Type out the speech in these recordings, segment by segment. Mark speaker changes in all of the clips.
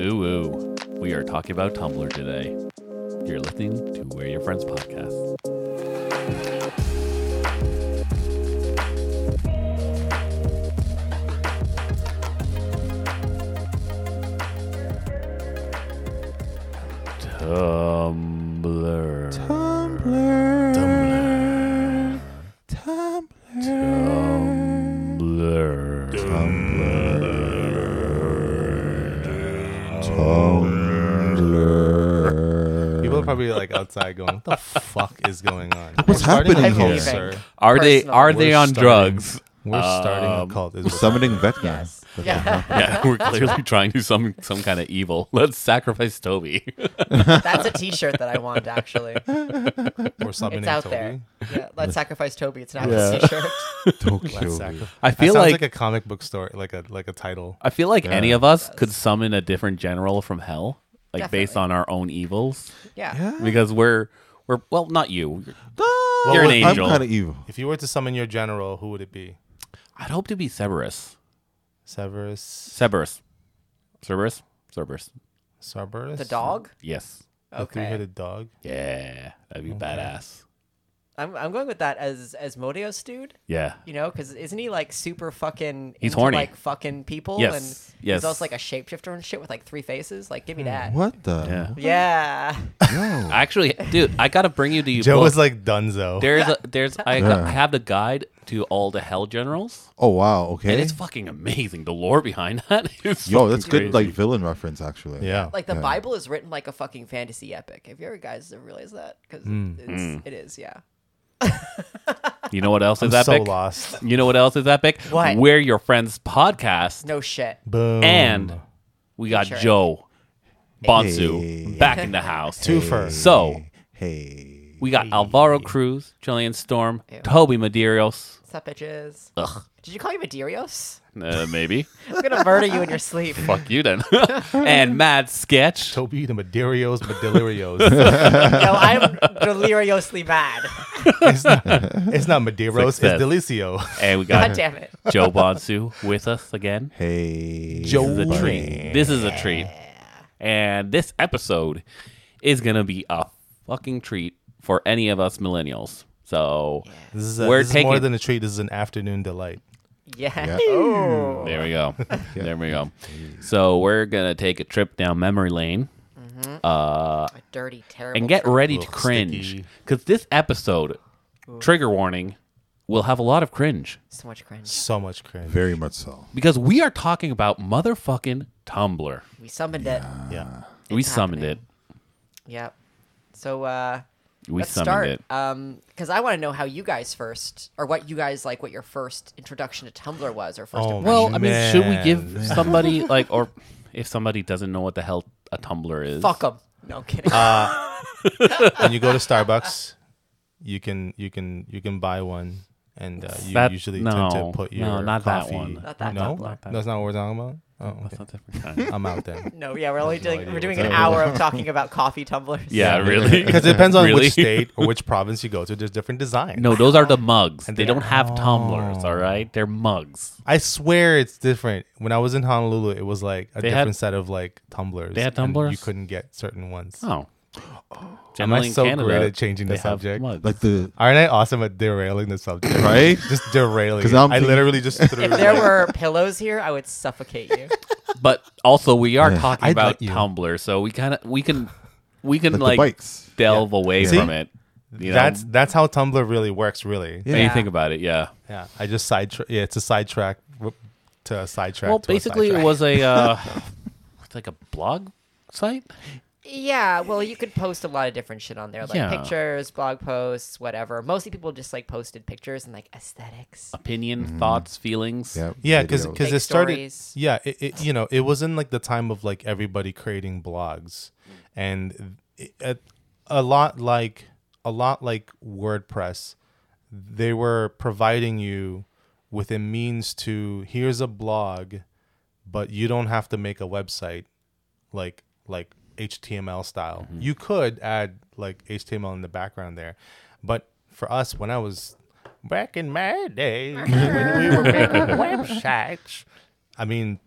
Speaker 1: Ooh, ooh. We are talking about Tumblr today. You're listening to Where Your Friends podcast. Tumblr.
Speaker 2: Tumblr. Tumblr.
Speaker 1: Tumblr.
Speaker 2: People are probably like outside going, "What the fuck is going on?
Speaker 3: What's
Speaker 2: We're starting a
Speaker 3: happening
Speaker 2: cult,
Speaker 3: here?"
Speaker 2: sir.
Speaker 1: Are they
Speaker 3: Personal.
Speaker 1: are they
Speaker 2: We're
Speaker 1: on
Speaker 2: starting.
Speaker 1: drugs?
Speaker 2: We're starting
Speaker 1: Um,
Speaker 2: a cult. Is
Speaker 3: We're
Speaker 2: what-
Speaker 3: summoning vet guys.
Speaker 4: Yeah,
Speaker 1: Yeah, we're clearly trying to do some some kind of evil. Let's sacrifice Toby.
Speaker 4: that's a T-shirt that I want actually.
Speaker 2: We're summoning
Speaker 4: It's out
Speaker 2: Toby.
Speaker 4: there. Yeah, let's sacrifice Toby. It's not
Speaker 3: Yeah.
Speaker 4: a T-shirt.
Speaker 2: Let's sacrifice.
Speaker 1: I
Speaker 2: That
Speaker 1: feel
Speaker 2: sounds
Speaker 1: like,
Speaker 2: like a comic book story, like a like a title.
Speaker 1: I feel like any
Speaker 3: Yeah.
Speaker 1: of us could summon a different general from hell, like based
Speaker 4: Definitely.
Speaker 1: on our own evils,
Speaker 4: Yeah.
Speaker 1: because we're we're well, not you.
Speaker 2: Well,
Speaker 1: You're an
Speaker 2: what-
Speaker 3: I'm
Speaker 1: angel.
Speaker 3: kind of evil.
Speaker 2: If you were to summon your general, who would it be?
Speaker 1: I'd hope to be Cerberus,
Speaker 2: Severus,
Speaker 1: Cerberus, Cerberus, Cerberus.
Speaker 2: Cerberus,
Speaker 4: The dog.
Speaker 1: Yes.
Speaker 2: the
Speaker 4: Okay.
Speaker 2: three-headed dog.
Speaker 1: Yeah, that'd be badass.
Speaker 4: I'm, I'm going with that as as Modeo's dude.
Speaker 1: Yeah.
Speaker 4: You know, because isn't he like super fucking?
Speaker 1: He's
Speaker 4: into,
Speaker 1: horny.
Speaker 4: Like fucking people.
Speaker 1: Yes,
Speaker 4: And
Speaker 1: yes.
Speaker 4: He's also like a shapeshifter and shit with like three faces. Like, give me that.
Speaker 3: What the?
Speaker 1: Yeah.
Speaker 4: Yeah.
Speaker 3: No.
Speaker 1: Actually, dude, I gotta bring you to you.
Speaker 2: Joe was like Dunzo.
Speaker 1: there's a, there's I, got-
Speaker 3: Yeah.
Speaker 1: I have the guide to all the hell generals,
Speaker 3: Oh wow. Okay.
Speaker 1: and
Speaker 2: Eh?
Speaker 1: it's fucking amazing. The lore behind that is
Speaker 3: Yo, that's
Speaker 1: fucking
Speaker 3: good. Like
Speaker 1: crazy.
Speaker 3: villain reference, actually.
Speaker 2: yeah,
Speaker 4: Like the
Speaker 3: Yeah.
Speaker 4: Bible is written like a fucking fantasy epic. Have you ever guys ever realized that? Because it's
Speaker 1: Hmm.
Speaker 4: it is. Yeah.
Speaker 1: you know what else is
Speaker 2: I'm
Speaker 1: epic?
Speaker 2: so lost.
Speaker 1: You know what else is epic?
Speaker 4: What?
Speaker 1: We're your friends podcast,
Speaker 4: No shit.
Speaker 2: Boom.
Speaker 1: and we got
Speaker 4: Sure.
Speaker 1: Joe Bonsu
Speaker 3: Hey.
Speaker 1: back in the house.
Speaker 2: twofer.
Speaker 1: So
Speaker 3: Hey.
Speaker 1: we got Alvaro Cruz, Julian Storm,
Speaker 4: Ew.
Speaker 1: Toby Medeiros.
Speaker 4: What's up, bitches?
Speaker 1: Ugh,
Speaker 4: Did you call me Medeiros?
Speaker 1: uh, maybe.
Speaker 4: I'm gonna murder you in your sleep.
Speaker 1: Fuck you then. and Mad Sketch.
Speaker 2: Toby the Medeiros Medelirios.
Speaker 4: No, I'm deliriously mad.
Speaker 2: it's not, it's not Medeiros, it's
Speaker 1: Success.
Speaker 2: Delicio.
Speaker 1: And we
Speaker 4: God
Speaker 1: got
Speaker 4: damn it.
Speaker 1: Joe Bonsu with us again.
Speaker 3: Hey.
Speaker 2: Joe
Speaker 1: This is a
Speaker 2: Hey.
Speaker 1: treat. This is a treat. And this episode is going to be a fucking treat for any of us millennials. So
Speaker 2: This is, a,
Speaker 1: We're
Speaker 2: this is more
Speaker 1: taking-
Speaker 2: than a treat. This is an afternoon delight.
Speaker 4: Yeah.
Speaker 3: Yeah.
Speaker 4: Oh.
Speaker 1: there we go. There we go. So we're going to take a trip down memory lane
Speaker 4: A dirty, terrible.
Speaker 1: and get
Speaker 4: trip.
Speaker 1: ready to
Speaker 2: Ugh,
Speaker 1: cringe
Speaker 2: sticky.
Speaker 1: because this episode, trigger warning, will have a lot of cringe
Speaker 4: so much cringe.
Speaker 2: So much cringe.
Speaker 3: Very much so.
Speaker 1: because we are talking about motherfucking Tumblr.
Speaker 4: We summoned it.
Speaker 2: yeah.
Speaker 1: we
Speaker 4: It's
Speaker 1: summoned
Speaker 4: happening. Yep. So uh
Speaker 1: it. We
Speaker 4: let's
Speaker 1: summoned
Speaker 4: start.
Speaker 1: it.
Speaker 4: Um because I want to know how you guys first or what you guys like what your first introduction to Tumblr was or first
Speaker 2: Oh,
Speaker 4: impression.
Speaker 1: Well, I mean, should we give
Speaker 2: Man.
Speaker 1: somebody like, or if somebody doesn't know what the hell a Tumblr is?
Speaker 4: Fuck them. No I'm kidding.
Speaker 1: Uh,
Speaker 2: When you go to Starbucks, you can you can you can buy one, and uh, you
Speaker 1: That-
Speaker 2: usually
Speaker 1: no,
Speaker 2: tend to put your
Speaker 1: no, not that
Speaker 2: coffee.
Speaker 1: one.
Speaker 4: Not that
Speaker 2: no,
Speaker 4: Tumblr.
Speaker 2: that's not what we're talking about. Oh,
Speaker 1: That's
Speaker 2: okay.
Speaker 1: a different kind.
Speaker 2: I'm out then.
Speaker 4: no, yeah, we're only
Speaker 2: no
Speaker 4: doing
Speaker 2: idea
Speaker 4: we're doing
Speaker 2: what's
Speaker 4: an
Speaker 2: up.
Speaker 4: hour of talking about coffee tumblers.
Speaker 1: yeah, really.
Speaker 2: Because it depends on
Speaker 1: Really?
Speaker 2: which state or which province you go to. There's different designs.
Speaker 1: No, those are the mugs. They
Speaker 2: they-
Speaker 1: don't have tumblers. All right, they're mugs.
Speaker 2: I swear it's different. When I was in Honolulu, it was like a
Speaker 1: They had-
Speaker 2: different set of like tumblers.
Speaker 1: They had
Speaker 2: and
Speaker 1: tumblers?
Speaker 2: You couldn't get certain ones.
Speaker 1: Oh,
Speaker 2: Am I
Speaker 1: Generally in
Speaker 2: so
Speaker 1: Canada,
Speaker 2: great at changing the
Speaker 1: they have
Speaker 2: subject?
Speaker 1: mugs.
Speaker 3: Like the
Speaker 2: Aren't I awesome at derailing the subject?
Speaker 3: Right?
Speaker 2: just derailing.
Speaker 3: 'Cause
Speaker 2: it.
Speaker 3: I'm
Speaker 2: I
Speaker 3: thinking-
Speaker 2: literally just threw.
Speaker 4: If there were pillows here, I would suffocate you.
Speaker 1: but also we are talking
Speaker 2: I'd
Speaker 1: about
Speaker 2: let you.
Speaker 1: Tumblr, so we kind of we can we can
Speaker 3: like, the
Speaker 1: like,
Speaker 3: bikes.
Speaker 1: delve away
Speaker 2: See?
Speaker 1: from it. You know,
Speaker 2: that's that's how Tumblr really works. Really.
Speaker 1: when you
Speaker 4: Yeah.
Speaker 1: think about it, yeah.
Speaker 2: Yeah, I just sidetrack. Yeah, it's a sidetrack w- to a sidetrack.
Speaker 1: Well,
Speaker 2: to a
Speaker 1: basically, it
Speaker 2: sidetrack.
Speaker 1: was a uh, it's like a blog site.
Speaker 4: Yeah, well, you could post a lot of different shit on there, like
Speaker 1: Yeah.
Speaker 4: pictures, blog posts, whatever. Mostly people just like posted pictures and like aesthetics.
Speaker 2: Uh,
Speaker 1: Opinion,
Speaker 3: Mm-hmm.
Speaker 1: thoughts, feelings.
Speaker 3: Yeah.
Speaker 2: yeah, because
Speaker 3: videos.
Speaker 2: it
Speaker 4: Fake
Speaker 2: started.
Speaker 4: stories.
Speaker 2: Yeah, it, it you know it was in like the time of like everybody creating blogs, and it, it- a lot like a lot like WordPress, they were providing you with a means to here's a blog, but you don't have to make a website like like HTML style. You could add like HTML in the background there, but for us, when I was back in my day, when we were making websites, I mean,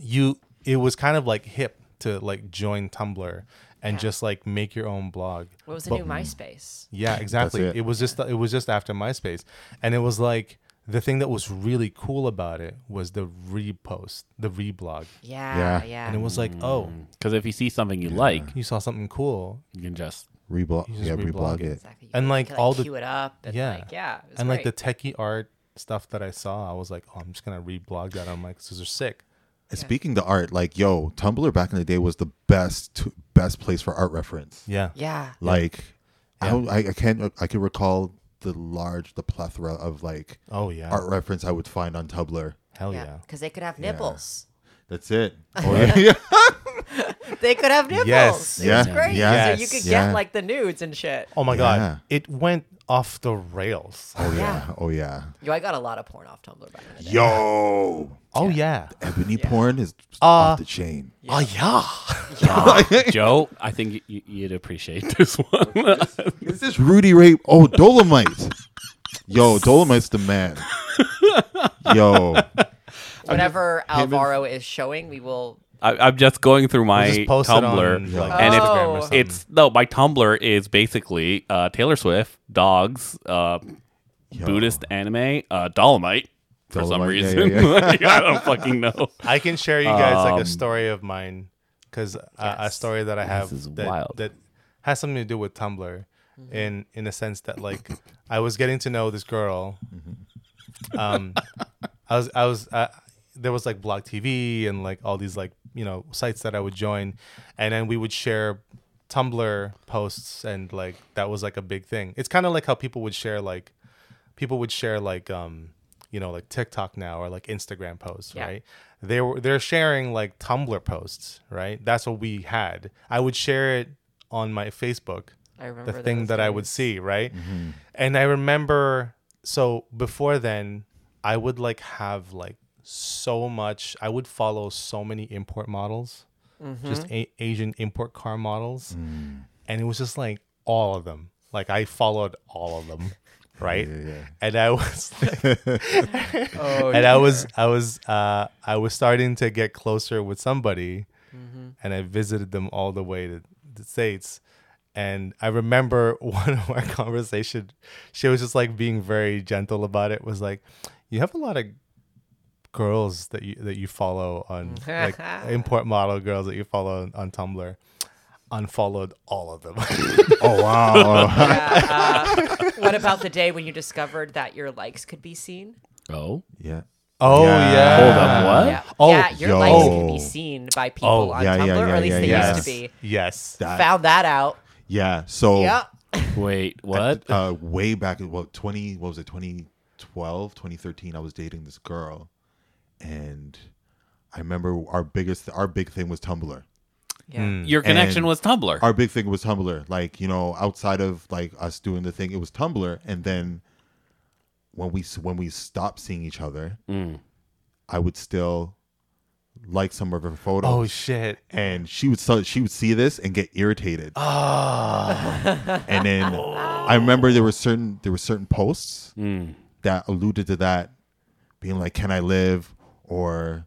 Speaker 2: you it was kind of like hip to like join Tumblr and
Speaker 4: Yeah.
Speaker 2: just like make your own blog.
Speaker 4: What was the
Speaker 2: But-
Speaker 4: new MySpace?
Speaker 2: Yeah, exactly.
Speaker 3: it.
Speaker 2: It. was just it was just after MySpace, and it was like the thing that was really cool about it was the repost, the reblog,
Speaker 4: Yeah, yeah.
Speaker 3: Yeah.
Speaker 2: and it was like, oh,
Speaker 1: Because if you see something you like,
Speaker 2: you saw something cool,
Speaker 1: you can just
Speaker 3: Reblog.
Speaker 2: just
Speaker 3: Yeah,
Speaker 2: reblog
Speaker 3: reblog
Speaker 2: it.
Speaker 3: it.
Speaker 4: exactly. You
Speaker 2: And,
Speaker 4: could-
Speaker 2: like,
Speaker 4: could,
Speaker 2: all the-
Speaker 4: queue it up. And,
Speaker 2: Yeah.
Speaker 4: like, yeah, it was
Speaker 2: and like
Speaker 4: great.
Speaker 2: the techie art stuff that I saw, I was like, oh, I'm just gonna reblog that. I'm like, these are sick.
Speaker 3: And speaking to art, like yo, Tumblr back in the day was the best t- best place for art reference.
Speaker 2: Yeah,
Speaker 4: yeah,
Speaker 3: Like, I don't- I, I can't I can recall the large the plethora of like
Speaker 2: Oh yeah,
Speaker 3: art reference I would find on Tumblr.
Speaker 2: hell
Speaker 4: yeah,
Speaker 2: yeah.
Speaker 4: because they could have nipples.
Speaker 3: That's it. Oh, yeah.
Speaker 4: They could have nipples.
Speaker 2: Yes.
Speaker 4: it was
Speaker 3: Yeah.
Speaker 4: great.
Speaker 3: Yes.
Speaker 4: So you could
Speaker 3: Yeah.
Speaker 4: get like the nudes and shit.
Speaker 2: Oh my
Speaker 3: Yeah.
Speaker 2: god, it went off the rails.
Speaker 3: Oh
Speaker 4: Yeah.
Speaker 3: yeah. Oh yeah.
Speaker 4: Yo, I got a lot of porn off Tumblr back in the day.
Speaker 3: Yo,
Speaker 2: Oh yeah,
Speaker 3: ebony porn is
Speaker 2: Uh,
Speaker 3: off the chain.
Speaker 2: oh yeah.
Speaker 1: Joe. I think you, you'd appreciate this one.
Speaker 3: Is this Rudy Ray? Oh, Dolomite. Yo, Dolomite's the man. Yo,
Speaker 4: Whenever Alvaro is showing, we will.
Speaker 1: I, I'm just going through my
Speaker 2: just post it
Speaker 1: Tumblr,
Speaker 2: on, like,
Speaker 1: and it's
Speaker 2: Instagram
Speaker 4: or something.
Speaker 1: it's no, my Tumblr is basically uh, Taylor Swift, dogs, uh, Buddhist anime, uh, Dolomite for some
Speaker 3: Dolomite, yeah,
Speaker 1: reason.
Speaker 3: yeah, yeah.
Speaker 1: Like, I don't fucking know.
Speaker 2: I can share you guys like a story of mine because a,
Speaker 4: Yes.
Speaker 2: story that I have
Speaker 1: is
Speaker 2: that,
Speaker 1: wild.
Speaker 2: that has something to do with Tumblr,
Speaker 4: Mm-hmm.
Speaker 2: in in the sense that like I was getting to know this girl. Um, I was I was uh, there was like Blog TV and like all these like you know sites that I would join, and then we would share Tumblr posts and like that was like a big thing. It's kind of like how people would share like people would share like um you know like TikTok now or like Instagram posts,
Speaker 4: Yeah.
Speaker 2: right? They were they're sharing like Tumblr posts, right? That's what we had. I would share it on my Facebook,
Speaker 4: I
Speaker 2: the
Speaker 4: remember
Speaker 2: thing that I would see, right? And I remember so before then, I would like have like so much. I would follow so many import models, just a- Asian import car models, and it was just like all of them. Like I followed all of them, right? And I was like,
Speaker 4: Oh,
Speaker 2: and I was I was uh I was starting to get closer with somebody and I visited them all the way to the States. And I remember one of our conversation, she was just like being very gentle about it, was like, You have a lot of girls that you that you follow on like import model girls that you follow on, on Tumblr. Unfollowed all of them.
Speaker 3: oh wow.
Speaker 4: Yeah, uh, what about the day when you discovered that your likes could be seen? Uh,
Speaker 1: Oh,
Speaker 3: yeah.
Speaker 2: oh
Speaker 3: Yeah.
Speaker 2: yeah.
Speaker 1: hold on, what?
Speaker 4: Yeah,
Speaker 2: Oh,
Speaker 4: yeah your
Speaker 3: yo.
Speaker 4: likes could be seen by people
Speaker 2: Oh,
Speaker 4: on
Speaker 3: yeah, yeah,
Speaker 4: Tumblr, or
Speaker 3: yeah,
Speaker 4: at least
Speaker 3: yeah,
Speaker 4: they
Speaker 2: Yes.
Speaker 4: used to be.
Speaker 2: Yes.
Speaker 3: That- Oh.
Speaker 4: Found that out.
Speaker 3: yeah. So
Speaker 4: Yep.
Speaker 1: Wait, what?
Speaker 3: uh, way back in what 20 what was it 2012 2013 i was dating this girl and i remember our biggest our big thing was tumblr
Speaker 4: Yeah.
Speaker 2: Mm.
Speaker 1: Your connection
Speaker 3: and-
Speaker 1: was Tumblr.
Speaker 3: our big thing was tumblr like you know outside of like us doing the thing it was tumblr and then when we when we stopped seeing each other i would still like some of her photos
Speaker 2: Oh shit.
Speaker 3: and she would so she would see this and get irritated.
Speaker 2: Ah.
Speaker 3: and then I remember there were certain there were certain posts
Speaker 2: Hmm.
Speaker 3: that alluded to that, being like, "Can I live?" or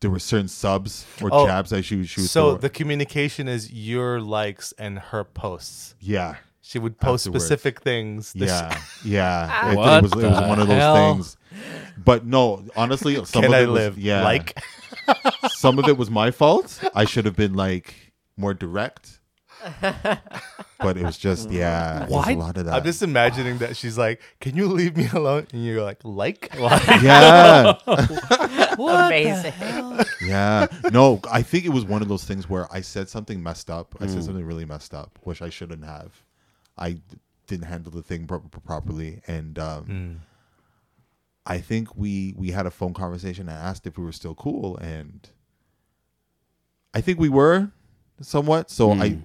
Speaker 3: there were certain subs or
Speaker 2: Oh,
Speaker 3: jabs that she would she would
Speaker 2: So
Speaker 3: throw.
Speaker 2: the communication is your likes and her posts.
Speaker 3: yeah.
Speaker 2: She would post
Speaker 3: Afterwards.
Speaker 2: specific things. that she-
Speaker 3: Yeah, yeah. It, it
Speaker 1: What
Speaker 3: was it was
Speaker 1: the
Speaker 3: one of those
Speaker 1: hell?
Speaker 3: things. But no, honestly, some
Speaker 2: Can
Speaker 3: of
Speaker 2: I
Speaker 3: it was-
Speaker 2: live?
Speaker 3: yeah,
Speaker 2: Like,
Speaker 3: some of it was my fault. I should have been like more direct. But it was just yeah, it was a
Speaker 1: What?
Speaker 3: lot of that.
Speaker 2: I'm just imagining that she's like, "Can you leave me alone?" And you're like, "Like."
Speaker 3: yeah,
Speaker 4: Amazing.
Speaker 3: yeah. No, I think it was one of those things where I said something messed up. I said something really messed up, which I shouldn't have. I d- didn't handle the thing pro- pro- properly, and um, I think we we had a phone conversation. I asked if we were still cool, and I think we were somewhat. So I,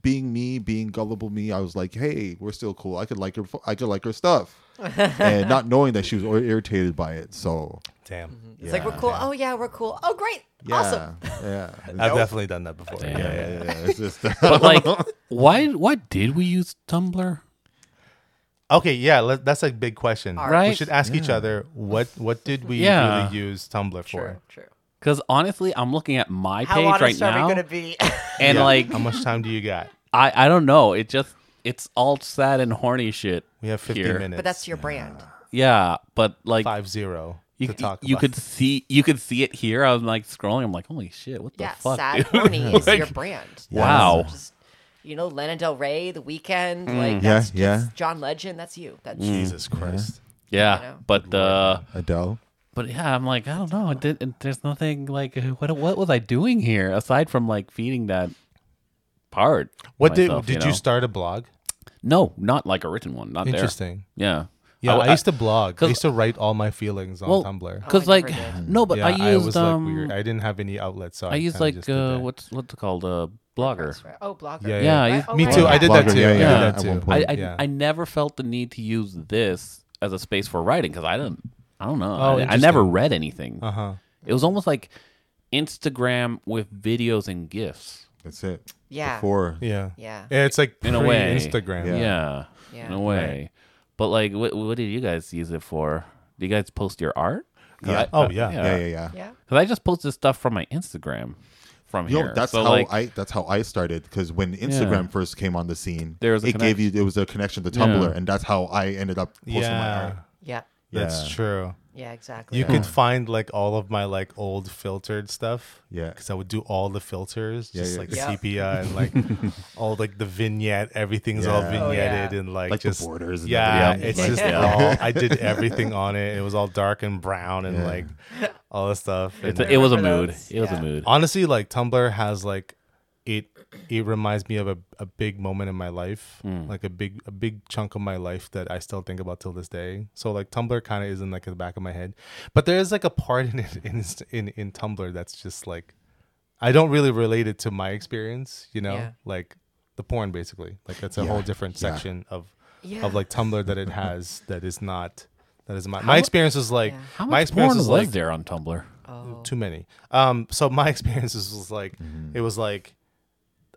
Speaker 3: being me, being gullible me, I was like, "Hey, we're still cool. I could like her. I could like her stuff." and not knowing that she was ir- irritated by it, so
Speaker 2: Damn.
Speaker 4: It's like we're cool. Oh yeah, we're cool. Oh great.
Speaker 3: yeah,
Speaker 4: Awesome.
Speaker 3: yeah,
Speaker 2: I've definitely done that before.
Speaker 1: Damn.
Speaker 2: Yeah,
Speaker 3: yeah,
Speaker 2: yeah.
Speaker 3: yeah,
Speaker 2: uh,
Speaker 3: yeah. It's just
Speaker 1: but like, why? Why did we use Tumblr?
Speaker 2: Okay, yeah, let, that's a big question.
Speaker 4: Art.
Speaker 2: We
Speaker 1: Right?
Speaker 2: should ask each other what what did we
Speaker 1: Yeah.
Speaker 2: really use Tumblr for?
Speaker 4: True. True.
Speaker 1: Because honestly, I'm looking at my
Speaker 4: How
Speaker 1: page
Speaker 4: honest
Speaker 1: right
Speaker 4: are
Speaker 1: now,
Speaker 4: we gonna be?
Speaker 1: and
Speaker 2: Yeah.
Speaker 1: like
Speaker 2: how much time do you got?
Speaker 1: I, I don't know. It just it's all sad and horny shit.
Speaker 2: We have 50
Speaker 1: Here.
Speaker 2: minutes.
Speaker 4: but that's your brand.
Speaker 1: Yeah, but like
Speaker 2: five zero
Speaker 1: you,
Speaker 2: to talk.
Speaker 1: you
Speaker 2: about.
Speaker 1: could see you could see it here. I was like scrolling. I'm like, holy shit, what the
Speaker 4: Yeah,
Speaker 1: fuck?
Speaker 4: sad
Speaker 1: dude?
Speaker 4: horny is your
Speaker 1: Like,
Speaker 4: brand. That's
Speaker 1: Wow.
Speaker 4: just- you know, Lana Del Rey, The Weeknd, like
Speaker 3: Yeah,
Speaker 4: that's
Speaker 3: yeah.
Speaker 4: just John Legend. That's you. That's
Speaker 2: Jesus Christ.
Speaker 4: I
Speaker 1: Mm. yeah,
Speaker 4: know.
Speaker 1: but uh,
Speaker 3: Adele.
Speaker 1: but yeah, I'm like, I don't know. It did, it, there's nothing like what what was I doing here aside from like feeding that part?
Speaker 2: What
Speaker 1: myself,
Speaker 2: did did you,
Speaker 1: know?
Speaker 2: start a blog?
Speaker 1: No, not like a written one. Not
Speaker 2: Interesting.
Speaker 4: Oh,
Speaker 1: there. Yeah.
Speaker 2: Yeah, I,
Speaker 1: I-
Speaker 2: used to blog. I
Speaker 1: 'cause-
Speaker 2: used to write all my feelings on
Speaker 1: Well,
Speaker 2: Tumblr.
Speaker 1: because
Speaker 4: Oh, I
Speaker 1: like
Speaker 4: never did.
Speaker 1: no, but
Speaker 2: yeah,
Speaker 1: I used
Speaker 2: was
Speaker 1: um,
Speaker 2: like weird. I didn't have any outlets, so I,
Speaker 1: I used
Speaker 2: kinda
Speaker 1: like
Speaker 2: just did
Speaker 1: uh,
Speaker 2: that.
Speaker 1: what's what's it called a blogger.
Speaker 4: Oh, blogger.
Speaker 2: Yeah,
Speaker 1: Yeah,
Speaker 2: yeah.
Speaker 1: I
Speaker 4: Right?
Speaker 1: used-
Speaker 4: Oh,
Speaker 2: Me
Speaker 4: right,
Speaker 2: too. I
Speaker 4: yeah.
Speaker 2: did
Speaker 3: Blogger,
Speaker 2: that too.
Speaker 3: yeah,
Speaker 2: I did
Speaker 1: yeah.
Speaker 2: that
Speaker 3: At one
Speaker 2: too.
Speaker 3: point.
Speaker 1: I I,
Speaker 2: Yeah.
Speaker 1: I never felt the need to use this as a space for writing because I don't I don't know
Speaker 2: Oh,
Speaker 1: I, I never read anything.
Speaker 2: Uh huh.
Speaker 1: It was almost like Instagram with videos and gifs.
Speaker 3: That's it.
Speaker 4: Yeah.
Speaker 3: Before.
Speaker 2: Yeah.
Speaker 4: Yeah.
Speaker 2: Yeah. It's like
Speaker 1: In a way.
Speaker 2: Instagram.
Speaker 1: Yeah,
Speaker 3: Yeah.
Speaker 1: in
Speaker 4: Yeah.
Speaker 1: a way. But like, what what did you guys use it for? Do you guys post your art? 'Cause
Speaker 3: Yeah.
Speaker 1: I-
Speaker 2: Oh, yeah.
Speaker 3: Yeah, yeah, yeah.
Speaker 4: Yeah.
Speaker 1: Because I just posted stuff from my Instagram from
Speaker 3: Yo,
Speaker 1: here.
Speaker 3: that's
Speaker 1: so
Speaker 3: how
Speaker 1: like,
Speaker 3: I that's how I started because when Instagram first came on the scene,
Speaker 1: There was a
Speaker 3: it gave you it was a connection to Tumblr, and that's how I ended up posting my
Speaker 2: Yeah.
Speaker 3: art.
Speaker 4: Yeah.
Speaker 2: That's
Speaker 3: Yeah.
Speaker 2: true.
Speaker 4: Yeah. Exactly.
Speaker 2: You could find like all of my like old filtered stuff.
Speaker 3: Yeah.
Speaker 2: Because I would do all the filters,
Speaker 3: Yeah,
Speaker 2: just
Speaker 3: yeah.
Speaker 2: like
Speaker 4: Yeah.
Speaker 2: sepia and like all like the vignette. Everything's all
Speaker 3: Yeah.
Speaker 4: Oh, yeah.
Speaker 2: vignetted and like,
Speaker 3: Like the
Speaker 2: just
Speaker 3: borders and
Speaker 2: Yeah,
Speaker 3: everything.
Speaker 2: it's
Speaker 3: Like,
Speaker 2: just
Speaker 1: yeah.
Speaker 2: all. I did everything on it. It was all dark and brown and
Speaker 3: Yeah.
Speaker 2: like all this stuff.
Speaker 1: it's
Speaker 2: And
Speaker 1: a, it was a
Speaker 4: Remember
Speaker 1: mood.
Speaker 4: those?
Speaker 1: It was
Speaker 4: Yeah.
Speaker 1: a mood.
Speaker 2: honestly, like Tumblr has like it. It reminds me of a, a big moment in my life,
Speaker 3: Hmm.
Speaker 2: like a big a big chunk of my life that I still think about till this day. So like Tumblr kind of is in like the back of my head, but there is like a part in it in in, in Tumblr that's just like I don't really relate it to my experience. You know,
Speaker 4: Yeah.
Speaker 2: like the porn basically. Like that's a
Speaker 3: Yeah,
Speaker 2: whole different
Speaker 3: yeah.
Speaker 2: section of
Speaker 4: Yeah.
Speaker 2: of like Tumblr that it has that is not that is my my experience is like
Speaker 1: How
Speaker 2: my
Speaker 1: much porn
Speaker 2: experience
Speaker 1: was
Speaker 2: is like
Speaker 1: there on Tumblr?
Speaker 2: too many. Um, so my experiences was like it was like,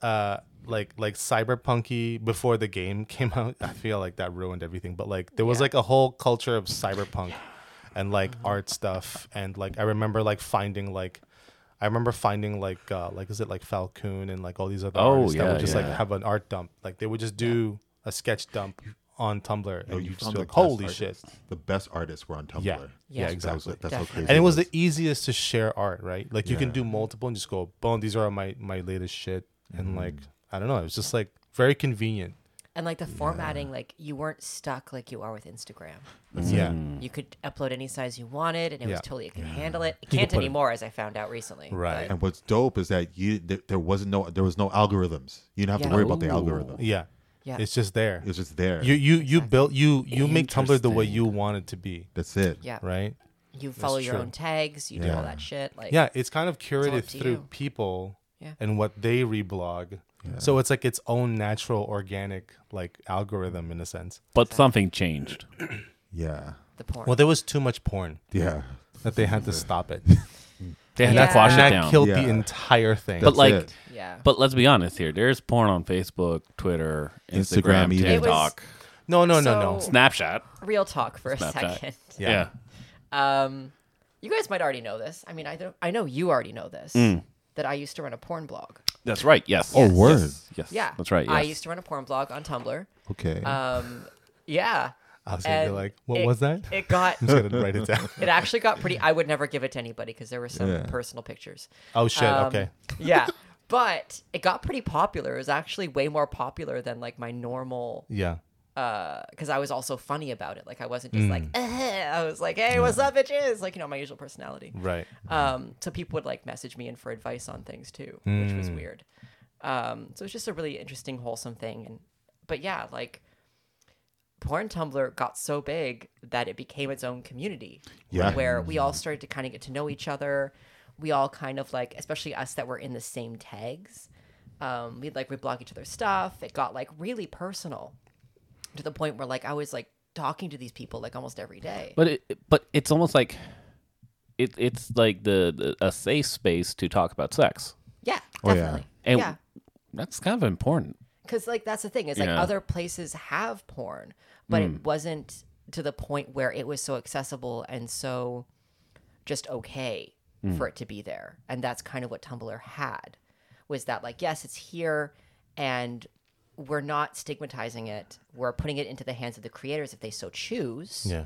Speaker 2: uh, like like cyberpunky before the game came out. I feel like that ruined everything. But like there was like a whole culture of cyberpunk, and like art stuff, and like I remember like finding like. I remember finding like uh, like is it like Falcon and like all these other
Speaker 1: Oh,
Speaker 2: artists that
Speaker 1: yeah,
Speaker 2: would just like
Speaker 1: yeah.
Speaker 2: have an art dump. Like they would just do a sketch dump on Tumblr and
Speaker 3: Yo,
Speaker 2: you
Speaker 3: Oh, you
Speaker 2: just
Speaker 3: found
Speaker 2: be
Speaker 3: the
Speaker 2: like,
Speaker 3: best
Speaker 2: holy
Speaker 3: artists.
Speaker 2: shit.
Speaker 3: The best artists were on Tumblr.
Speaker 2: Yeah.
Speaker 3: That
Speaker 2: Yeah,
Speaker 3: was-
Speaker 2: exactly.
Speaker 3: that's how crazy.
Speaker 2: and it was
Speaker 3: was
Speaker 2: the easiest to share art, right? Like you can do multiple and just go, boom, these are my my latest shit,
Speaker 3: Mm-hmm.
Speaker 2: and like I don't know, it was just like very convenient.
Speaker 4: And like the formatting, like you weren't stuck like you are with Instagram.
Speaker 2: Yeah,
Speaker 4: You could upload any size you wanted, and it
Speaker 2: Hmm. Yeah.
Speaker 4: was totally it could handle it. It can't
Speaker 2: put it-
Speaker 4: anymore, as I found out recently.
Speaker 2: Right.
Speaker 4: But
Speaker 3: And what's dope is that you there, there wasn't no there was no algorithms. You didn't have
Speaker 4: Yeah.
Speaker 3: to worry about the
Speaker 1: Ooh.
Speaker 3: algorithm.
Speaker 2: yeah,
Speaker 4: Yeah.
Speaker 2: It's just there.
Speaker 3: It's just there.
Speaker 2: you you you built you you make Tumblr the way you want it to be,
Speaker 3: that's it.
Speaker 4: yeah,
Speaker 2: right?
Speaker 4: you follow your
Speaker 2: true.
Speaker 4: own tags. You do all that shit. Like
Speaker 2: Yeah, it's kind of curated
Speaker 4: to
Speaker 2: through
Speaker 4: you.
Speaker 2: people
Speaker 4: Yeah.
Speaker 2: and what they reblog. So it's like its own natural, organic, like algorithm in a sense.
Speaker 1: But something changed.
Speaker 3: Yeah.
Speaker 4: the porn.
Speaker 2: Well, there was too much porn
Speaker 3: Yeah.
Speaker 2: that they had to stop it,
Speaker 1: They had
Speaker 4: Yeah.
Speaker 1: to quash
Speaker 2: and
Speaker 1: it
Speaker 2: that
Speaker 1: down.
Speaker 2: killed
Speaker 3: Yeah.
Speaker 2: the entire thing.
Speaker 1: but like,
Speaker 3: it.
Speaker 4: yeah.
Speaker 1: but let's be honest here. There's porn on Facebook, Twitter, Instagram,
Speaker 3: Instagram, even.
Speaker 4: It was-
Speaker 1: TikTok,
Speaker 2: no, no, no, no.
Speaker 4: So-
Speaker 1: Snapchat.
Speaker 4: Real talk for a
Speaker 1: Snapchat.
Speaker 4: second.
Speaker 1: Yeah.
Speaker 4: Um, you guys might already know this. I mean, I don't. I know you already know this.
Speaker 2: Mm.
Speaker 4: That I used to run a porn blog.
Speaker 1: that's right. Yes.
Speaker 3: Oh, word.
Speaker 1: Yes. Yes.
Speaker 4: Yeah,
Speaker 1: that's right. Yes.
Speaker 4: I used to run a porn blog on Tumblr.
Speaker 3: Okay.
Speaker 4: Um, yeah.
Speaker 2: I was gonna be
Speaker 4: And
Speaker 2: like, what
Speaker 4: it-
Speaker 2: was that?
Speaker 4: It got
Speaker 2: I'm just gonna write it down.
Speaker 4: it actually got pretty i would never give it to anybody because there were some personal pictures
Speaker 2: Oh shit.
Speaker 4: Um,
Speaker 2: okay.
Speaker 4: yeah but it got pretty popular it was actually way more popular than like my normal
Speaker 2: Yeah.
Speaker 4: because i was also funny about it like i wasn't just like "Eh." i was like hey what's up bitches like you know my usual personality
Speaker 2: Right.
Speaker 4: um so people would like message me in for advice on things too which was
Speaker 3: Mm.
Speaker 4: weird um so it's just a really interesting wholesome thing and but yeah like porn tumblr got so big that it became its own community
Speaker 3: Yeah. Mm.
Speaker 4: where we all started to kind of get to know each other we all kind of like especially us that were in the same tags um, we'd like reblog each other's stuff it got like really personal to the point where like i was like talking to these people like almost every day
Speaker 1: But it, but it's almost like it, it's like the, the a safe space to talk about sex,
Speaker 4: yeah
Speaker 3: Oh, yeah.
Speaker 4: definitely
Speaker 1: and
Speaker 4: yeah
Speaker 1: that's kind of important.
Speaker 4: because like that's the thing is like
Speaker 1: Yeah.
Speaker 4: other places have porn but it wasn't to the point where it was so accessible and so just okay for it to be there. And that's kind of what Tumblr had was that like yes, it's here and we're not stigmatizing it. We're putting it into the hands of the creators if they so choose
Speaker 2: Yeah.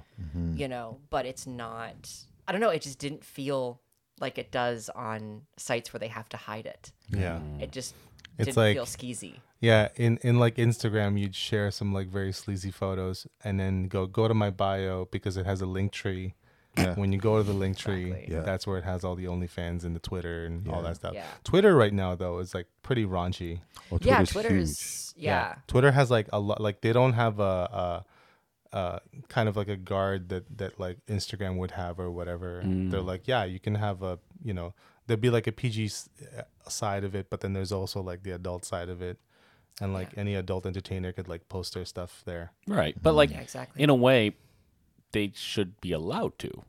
Speaker 4: you know, but it's not. I don't know. It just didn't feel like it does on sites where they have to hide it.
Speaker 2: Yeah.
Speaker 4: It just
Speaker 2: It's
Speaker 4: didn't
Speaker 2: like-
Speaker 4: feel skeezy.
Speaker 2: Yeah, in in like Instagram, you'd share some like very sleazy photos, and then go go to my bio because it has a link tree.
Speaker 3: Yeah.
Speaker 2: When you go to the link tree,
Speaker 4: Exactly.
Speaker 3: Yeah.
Speaker 2: that's where it has all the OnlyFans and the Twitter and all that stuff.
Speaker 4: Yeah.
Speaker 2: Twitter right now though is like pretty raunchy.
Speaker 3: Well,
Speaker 4: yeah,
Speaker 3: Twitter's
Speaker 4: Twitter
Speaker 3: huge.
Speaker 4: is. Yeah.
Speaker 2: Twitter has like a lot. Like they don't have a, a, a kind of like a guard that that like Instagram would have or whatever. They're like, yeah, you can have a you know there'd be like a PG s- uh, side of it, but then there's also like the adult side of it, and like any adult entertainer could like post their stuff there.
Speaker 1: Right. But like
Speaker 4: Yeah, exactly.
Speaker 1: in a way, they should be allowed to.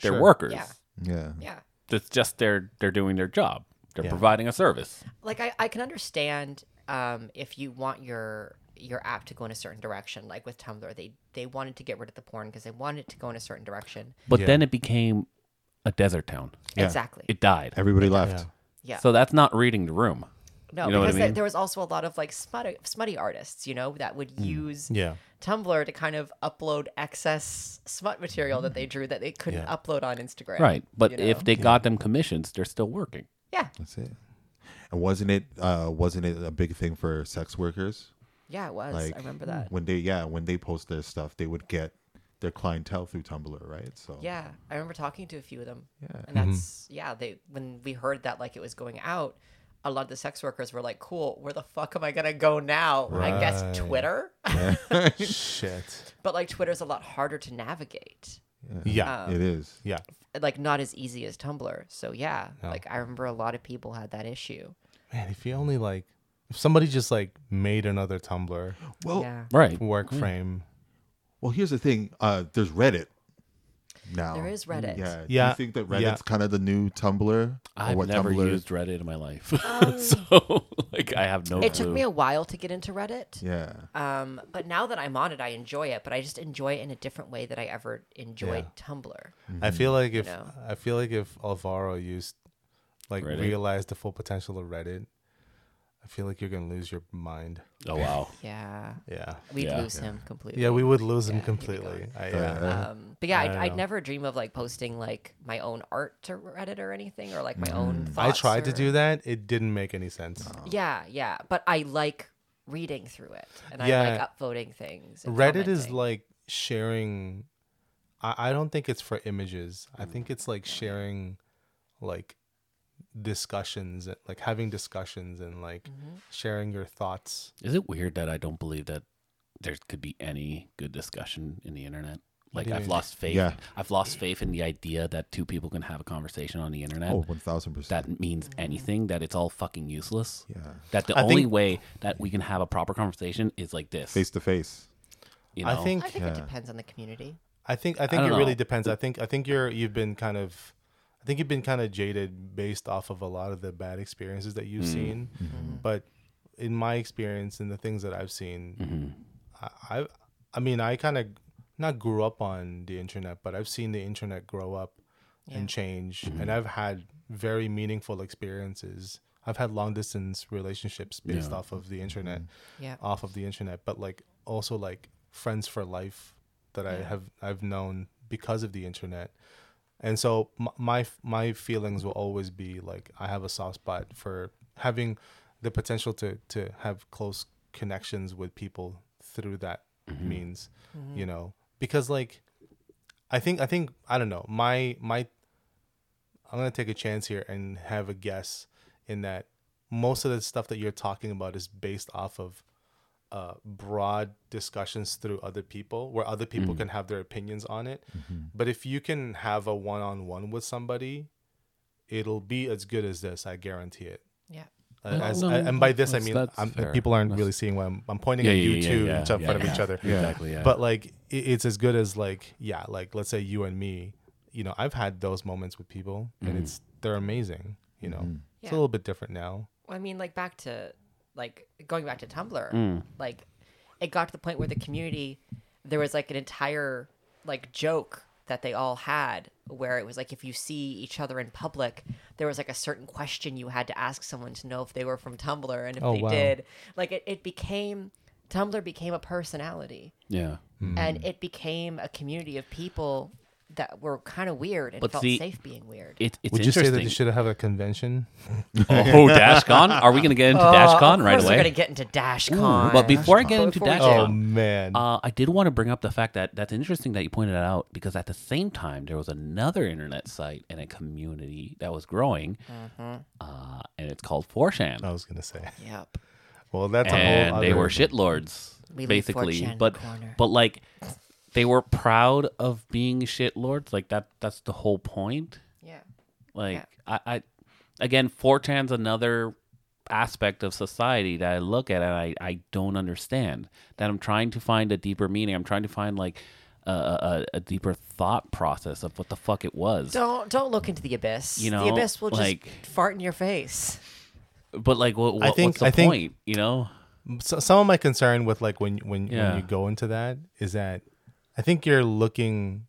Speaker 1: They're
Speaker 2: Sure.
Speaker 1: workers.
Speaker 4: Yeah.
Speaker 3: Yeah.
Speaker 4: Yeah.
Speaker 1: That's just they're they're doing their job. They're
Speaker 2: Yeah.
Speaker 1: providing a service.
Speaker 4: Like I, I can understand um, if you want your your app to go in a certain direction. Like with Tumblr, they they wanted to get rid of the porn because they wanted it to go in a certain direction.
Speaker 1: But
Speaker 2: Yeah.
Speaker 1: then it became a desert town.
Speaker 4: Exactly.
Speaker 1: It died.
Speaker 3: Everybody left.
Speaker 2: Yeah.
Speaker 4: yeah.
Speaker 1: So that's not reading the room.
Speaker 4: no,
Speaker 1: you know what I
Speaker 4: because there-
Speaker 1: mean?
Speaker 4: there was also a lot of like smutty, smutty artists, you know, that would
Speaker 1: Mm.
Speaker 4: use
Speaker 2: Yeah,
Speaker 4: Tumblr to kind of upload excess smut material that they drew that they couldn't
Speaker 2: Yeah.
Speaker 4: upload on Instagram.
Speaker 1: Right. But
Speaker 4: you know?
Speaker 1: if they got them commissions, they're still working.
Speaker 4: yeah,
Speaker 3: That's it. And wasn't it uh wasn't it a big thing for sex workers?
Speaker 4: yeah, it was.
Speaker 3: Like
Speaker 4: I remember that.
Speaker 3: When they yeah, when they post their stuff, they would get their clientele through Tumblr, right? So
Speaker 4: Yeah, I remember talking to a few of them. Yeah, and that's yeah. They when we heard that like it was going out, a lot of the sex workers were like, "Cool, where the fuck am I gonna go now? I
Speaker 2: Right.
Speaker 4: guess Twitter."
Speaker 2: shit.
Speaker 4: but like Twitter's a lot harder to navigate.
Speaker 2: Yeah, Um,
Speaker 3: it is.
Speaker 2: yeah.
Speaker 4: Like not as easy as Tumblr. So yeah,
Speaker 2: No.
Speaker 4: like I remember a lot of people had that issue.
Speaker 2: Man, if you only like if somebody just like made another Tumblr
Speaker 3: Well
Speaker 4: yeah,
Speaker 1: Right.
Speaker 2: work frame.
Speaker 3: well here's the thing. Uh there's Reddit now.
Speaker 4: there is Reddit.
Speaker 3: Yeah. Do
Speaker 2: Yeah.
Speaker 3: you think that
Speaker 2: Yeah.
Speaker 3: Reddit's kind of the new Tumblr? Or
Speaker 1: I've
Speaker 3: what
Speaker 1: never
Speaker 3: Tumblr-
Speaker 1: used Reddit in my life. so like I have no
Speaker 4: Oh. It
Speaker 1: clue.
Speaker 4: took me a while to get into Reddit.
Speaker 3: Yeah.
Speaker 4: Um, but now that I'm on it, I enjoy it. But I just enjoy it in a different way that I ever enjoyed Tumblr.
Speaker 2: I
Speaker 1: Mm-hmm.
Speaker 2: feel like if
Speaker 4: know.
Speaker 2: I feel like if Alvaro used like
Speaker 1: Reddit?
Speaker 2: realized the full potential of Reddit, I feel like you're gonna lose your mind.
Speaker 1: oh wow.
Speaker 4: Yeah,
Speaker 2: Yeah.
Speaker 4: we'd
Speaker 1: Yeah.
Speaker 4: lose him completely.
Speaker 2: Yeah, we would lose him
Speaker 4: Yeah, he'd be
Speaker 2: completely.
Speaker 4: gone.
Speaker 2: I, yeah.
Speaker 3: Uh,
Speaker 4: Um, but yeah, I'd,
Speaker 2: don't know.
Speaker 4: I'd never dream of like posting like my own art to Reddit or anything, or like my own.
Speaker 2: I
Speaker 4: Thoughts
Speaker 2: tried to
Speaker 4: or-
Speaker 2: do that. It didn't make any sense.
Speaker 4: Yeah, yeah, but I like reading through it, and I
Speaker 2: Yeah.
Speaker 4: like upvoting things. and
Speaker 2: Reddit is
Speaker 4: commenting.
Speaker 2: like sharing. I, I don't think it's for images.
Speaker 4: Mm.
Speaker 2: I think it's like sharing, like, discussions, like having discussions and like
Speaker 4: Mm-hmm.
Speaker 2: sharing your thoughts.
Speaker 1: Is it weird that I don't believe that there could be any good discussion in the internet? Like
Speaker 2: do you
Speaker 1: I've
Speaker 2: mean?
Speaker 1: lost faith.
Speaker 3: Yeah.
Speaker 1: I've lost faith in the idea that two people can have a conversation on the internet.
Speaker 3: Oh, one thousand percent.
Speaker 1: That means anything. That it's all fucking useless.
Speaker 3: Yeah.
Speaker 1: That the
Speaker 2: I
Speaker 1: only
Speaker 2: think-
Speaker 1: way that we can have a proper conversation is like this.
Speaker 3: Face to face.
Speaker 1: you
Speaker 2: I
Speaker 1: know?
Speaker 2: think
Speaker 4: I think it depends on the community.
Speaker 2: I think I think it
Speaker 1: don't know.
Speaker 2: really depends. I think I think you're you've been kind of I think you've been kind of jaded based off of a lot of the bad experiences that
Speaker 1: Mm-hmm.
Speaker 2: you've seen. But in my experience and the things that I've seen,
Speaker 1: Mm-hmm.
Speaker 2: I, I I mean I kind of not grew up on the internet, but I've seen the internet grow up and change,
Speaker 1: Mm-hmm.
Speaker 2: and I've had very meaningful experiences. I've had long distance relationships based off of the internet
Speaker 4: Yeah,
Speaker 2: off of the internet, but like also like friends for life that I have I've known because of the internet. And so m- my f- my feelings will always be like I have a soft spot for having the potential to to have close connections with people through that means, you know, because like I think I think I don't know. My my I'm gonna take a chance here and have a guess in that most of the stuff that you're talking about is based off of uh, broad discussions through other people where other people
Speaker 1: Mm.
Speaker 2: can have their opinions on it.
Speaker 1: Mm-hmm.
Speaker 2: But if you can have a one on one with somebody, it'll be as good as this. I guarantee it.
Speaker 4: yeah.
Speaker 2: Uh,
Speaker 1: Well,
Speaker 2: as,
Speaker 1: no,
Speaker 2: I- and by this, I
Speaker 1: that's-
Speaker 2: mean
Speaker 1: that's
Speaker 2: I'm, uh,
Speaker 1: fair.
Speaker 2: people aren't really seeing what I'm, I'm pointing
Speaker 1: Yeah,
Speaker 2: at
Speaker 1: yeah,
Speaker 2: you
Speaker 1: yeah,
Speaker 2: two
Speaker 1: yeah,
Speaker 2: in front
Speaker 1: yeah,
Speaker 2: of each
Speaker 1: yeah.
Speaker 2: other
Speaker 1: Exactly. Yeah.
Speaker 2: but like i- it's as good as like yeah like let's say you and me you know i've had those moments with people
Speaker 1: Mm-hmm.
Speaker 2: and it's they're amazing you know it's
Speaker 4: Yeah.
Speaker 2: a little bit different now
Speaker 4: I mean, like back to like going back to Tumblr,
Speaker 1: Mm.
Speaker 4: like it got to the point where the community there was like an entire like joke that they all had where it was like if you see each other in public, there was like a certain question you had to ask someone to know if they were from Tumblr and if
Speaker 2: Oh,
Speaker 4: they
Speaker 2: wow.
Speaker 4: did. Like it, it became Tumblr became a personality
Speaker 2: Hmm.
Speaker 1: Yeah.
Speaker 4: and it became a community of people that were kind of weird and
Speaker 1: But
Speaker 4: felt
Speaker 1: see-
Speaker 4: safe being weird.
Speaker 1: It, it's
Speaker 2: Would you
Speaker 1: interesting.
Speaker 2: say that they should have a convention?
Speaker 1: Oh, DashCon? Are we going to get into DashCon right
Speaker 4: Uh, We're gonna
Speaker 1: away?
Speaker 4: get into DashCon.
Speaker 1: But before I get into
Speaker 4: Before we
Speaker 1: DashCon,
Speaker 2: Oh man,
Speaker 1: Uh, I did want to bring up the fact that that's interesting that you pointed that out because at the same time there was another internet site and a community that was growing,
Speaker 4: Mm-hmm.
Speaker 1: uh, and it's called 4chan,
Speaker 2: I was gonna say.
Speaker 4: Yep.
Speaker 2: Well, Oh, that's a
Speaker 1: and
Speaker 2: whole.
Speaker 1: they
Speaker 2: other-
Speaker 1: were shitlords
Speaker 4: We leave
Speaker 1: basically.
Speaker 4: 4chan
Speaker 1: But
Speaker 4: corner.
Speaker 1: but like they were proud of being shitlords. Like that that's the whole point.
Speaker 4: Yeah.
Speaker 1: Like I, I again, 4chan's another aspect of society that I look at and I, I don't understand. That I'm trying to find a deeper meaning. I'm trying to find like a, a, a deeper thought process of what the fuck it was.
Speaker 4: Don't don't look into the abyss.
Speaker 1: You
Speaker 4: the
Speaker 1: know,
Speaker 4: abyss will
Speaker 1: like-
Speaker 4: just fart in your face.
Speaker 1: But like, what, what
Speaker 2: think-
Speaker 1: what's the
Speaker 2: I think-
Speaker 1: point? You know?
Speaker 2: so, some of my concern with like when when,
Speaker 1: Yeah.
Speaker 2: when you go into that is that I think you're looking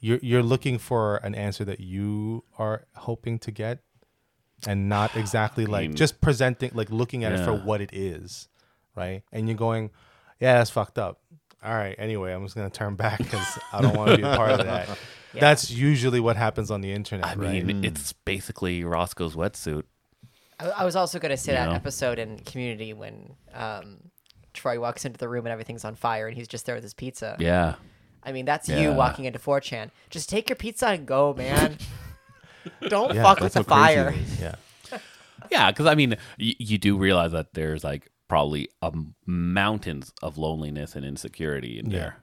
Speaker 2: you're you're looking for an answer that you are hoping to get and not exactly like just presenting like looking at it for
Speaker 1: Yeah.
Speaker 2: what it is, right? And you're going, yeah, that's fucked up. All right, anyway, I'm just gonna turn back because I don't want to be a part of that. That's usually what happens on the internet,
Speaker 1: I
Speaker 2: right?
Speaker 1: mean, it's basically Roscoe's wetsuit.
Speaker 4: I, I was also going to say that
Speaker 1: know?
Speaker 4: episode in Community when um, Troy walks into the room and everything's on fire and he's just there with his pizza.
Speaker 1: Yeah.
Speaker 4: I mean, that's
Speaker 1: Yeah.
Speaker 4: you walking into 4chan. Just take your pizza and go, man. Don't
Speaker 2: Yeah,
Speaker 4: fuck with the
Speaker 3: that's what crazy
Speaker 4: fire.
Speaker 3: is.
Speaker 2: yeah.
Speaker 1: Yeah, because I mean, y- you do realize that there's like probably um, mountains of loneliness and insecurity in
Speaker 2: Yeah.
Speaker 1: there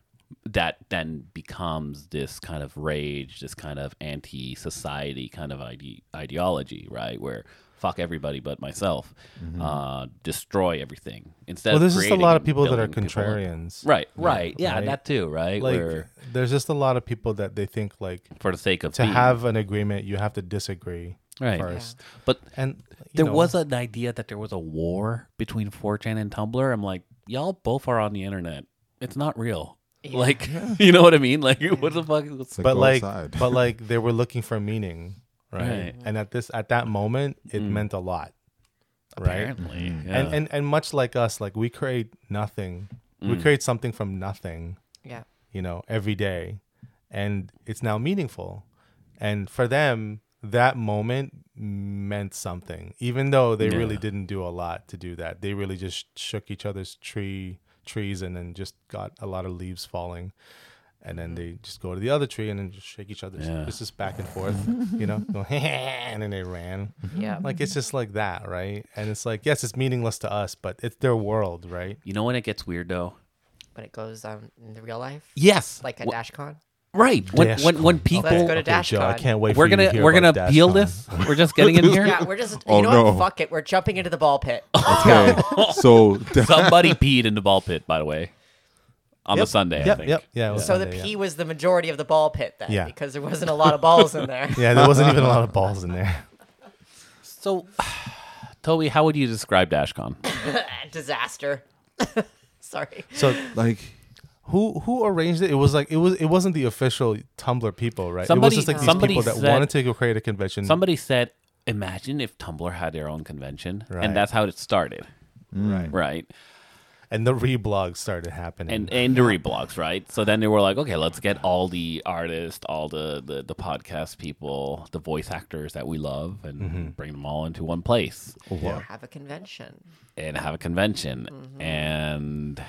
Speaker 1: that then becomes this kind of rage, this kind of anti-society kind of ide- ideology, right? Where fuck everybody but myself, uh, destroy everything instead.
Speaker 2: Mm-hmm. Well,
Speaker 1: of
Speaker 2: there's just a
Speaker 1: creating
Speaker 2: lot of
Speaker 1: and
Speaker 2: people that are
Speaker 1: building people up.
Speaker 2: contrarians.
Speaker 1: Right, right, yeah,
Speaker 2: right?
Speaker 1: that too, right?
Speaker 2: Like
Speaker 1: Where
Speaker 2: there's just a lot of people that they think like
Speaker 1: for the sake of
Speaker 2: to
Speaker 1: being,
Speaker 2: have an agreement, you have to disagree
Speaker 1: right,
Speaker 2: first.
Speaker 1: but
Speaker 2: And you
Speaker 1: there
Speaker 2: know,
Speaker 1: was an idea that there was a war between 4chan and Tumblr. I'm like, y'all both are on the internet. It's not real. Like, you know what I mean? Like, what the fuck? Is,
Speaker 2: but
Speaker 3: go
Speaker 2: like,
Speaker 3: outside.
Speaker 2: but like they were looking for meaning, right?
Speaker 1: Right. Mm.
Speaker 2: And at this, at that moment, it meant a lot, right?
Speaker 1: apparently, yeah.
Speaker 2: And, and and much like us, like we create nothing,
Speaker 1: Mm.
Speaker 2: we create something from nothing,
Speaker 4: Yeah.
Speaker 2: you know, every day, and it's now meaningful. And for them, that moment meant something, even though they really
Speaker 1: Yeah.
Speaker 2: didn't do a lot to do that. They really just shook each other's tree trees and then just got a lot of leaves falling. And then they just go to the other tree and then just shake each other's
Speaker 1: Mm-hmm. Yeah.
Speaker 2: It's just back and forth, you know, go, and then they ran.
Speaker 4: Yeah.
Speaker 2: Like it's just like that, right? And it's like, yes, it's meaningless to us, but it's their world, right?
Speaker 1: you know when it gets weird though?
Speaker 4: When it goes on in the real life,
Speaker 1: Yes.
Speaker 4: like at
Speaker 1: Wh-
Speaker 4: DashCon.
Speaker 1: right. When, when, when people.
Speaker 4: Let's go to
Speaker 2: Okay, Joe, I
Speaker 4: DashCon.
Speaker 2: can't wait
Speaker 1: we're
Speaker 2: for you to
Speaker 1: gonna
Speaker 2: hear
Speaker 1: we're
Speaker 2: about
Speaker 1: gonna
Speaker 2: Dash
Speaker 1: peel
Speaker 2: Con.
Speaker 1: this. We're just getting in here.
Speaker 4: Yeah, we're just,
Speaker 3: Oh,
Speaker 4: you know
Speaker 3: no.
Speaker 4: what? Fuck it. We're jumping into the ball pit.
Speaker 3: Okay, so
Speaker 1: Somebody peed in the ball pit, by the way, on the
Speaker 2: Yep,
Speaker 1: Sunday. I
Speaker 2: Yep,
Speaker 1: think.
Speaker 2: yep, yeah. it was
Speaker 4: So the
Speaker 2: Sunday, yeah.
Speaker 4: P was the majority of the ball pit then
Speaker 2: Yeah.
Speaker 4: because there wasn't a lot of balls in there.
Speaker 2: Yeah, there wasn't even a lot of balls in there.
Speaker 1: So, Toby, how would you describe DashCon?
Speaker 4: Disaster. Sorry.
Speaker 2: So
Speaker 3: like
Speaker 2: who who arranged it? It was like it was it wasn't the official Tumblr people, right?
Speaker 1: Somebody-
Speaker 2: it was just like these
Speaker 1: somebody
Speaker 2: people that
Speaker 1: said-
Speaker 2: wanted to go create a convention.
Speaker 1: Somebody said, imagine if Tumblr had their own convention.
Speaker 2: Right.
Speaker 1: And that's how it started.
Speaker 2: right.
Speaker 1: Right.
Speaker 2: And the reblog started happening.
Speaker 1: And and the reblogs, right? So then they were like, okay, let's get all the artists, all the, the, the podcast people, the voice actors that we love and bring them all into one place
Speaker 3: wow.
Speaker 4: Have a convention.
Speaker 1: and have a convention.
Speaker 4: Mm-hmm.
Speaker 1: And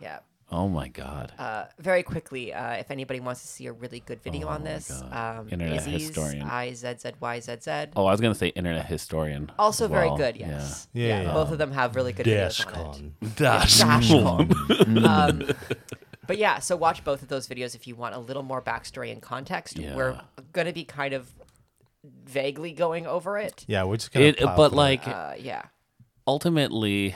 Speaker 4: Yeah.
Speaker 1: oh my God.
Speaker 4: uh, very quickly, uh, if anybody wants to see a really good video on this,
Speaker 1: Oh God.
Speaker 4: um,
Speaker 1: Internet
Speaker 4: Izzy's
Speaker 1: historian.
Speaker 4: I Z Z Y Z Z.
Speaker 1: oh, I was going to say internet historian.
Speaker 4: Also
Speaker 1: as
Speaker 4: very
Speaker 1: well.
Speaker 4: good, yes.
Speaker 2: Yeah. Yeah, yeah.
Speaker 4: both of them have really good videos on
Speaker 2: DashCon.
Speaker 4: it.
Speaker 1: Yeah. Dash.
Speaker 4: DashCon. um, but yeah, so watch both of those videos if you want a little more backstory and context.
Speaker 1: Yeah.
Speaker 4: We're going to be kind of vaguely going over it.
Speaker 2: Yeah, we're just gonna.
Speaker 1: It,
Speaker 2: plow
Speaker 1: but
Speaker 2: through
Speaker 1: like,
Speaker 4: Uh, yeah.
Speaker 1: ultimately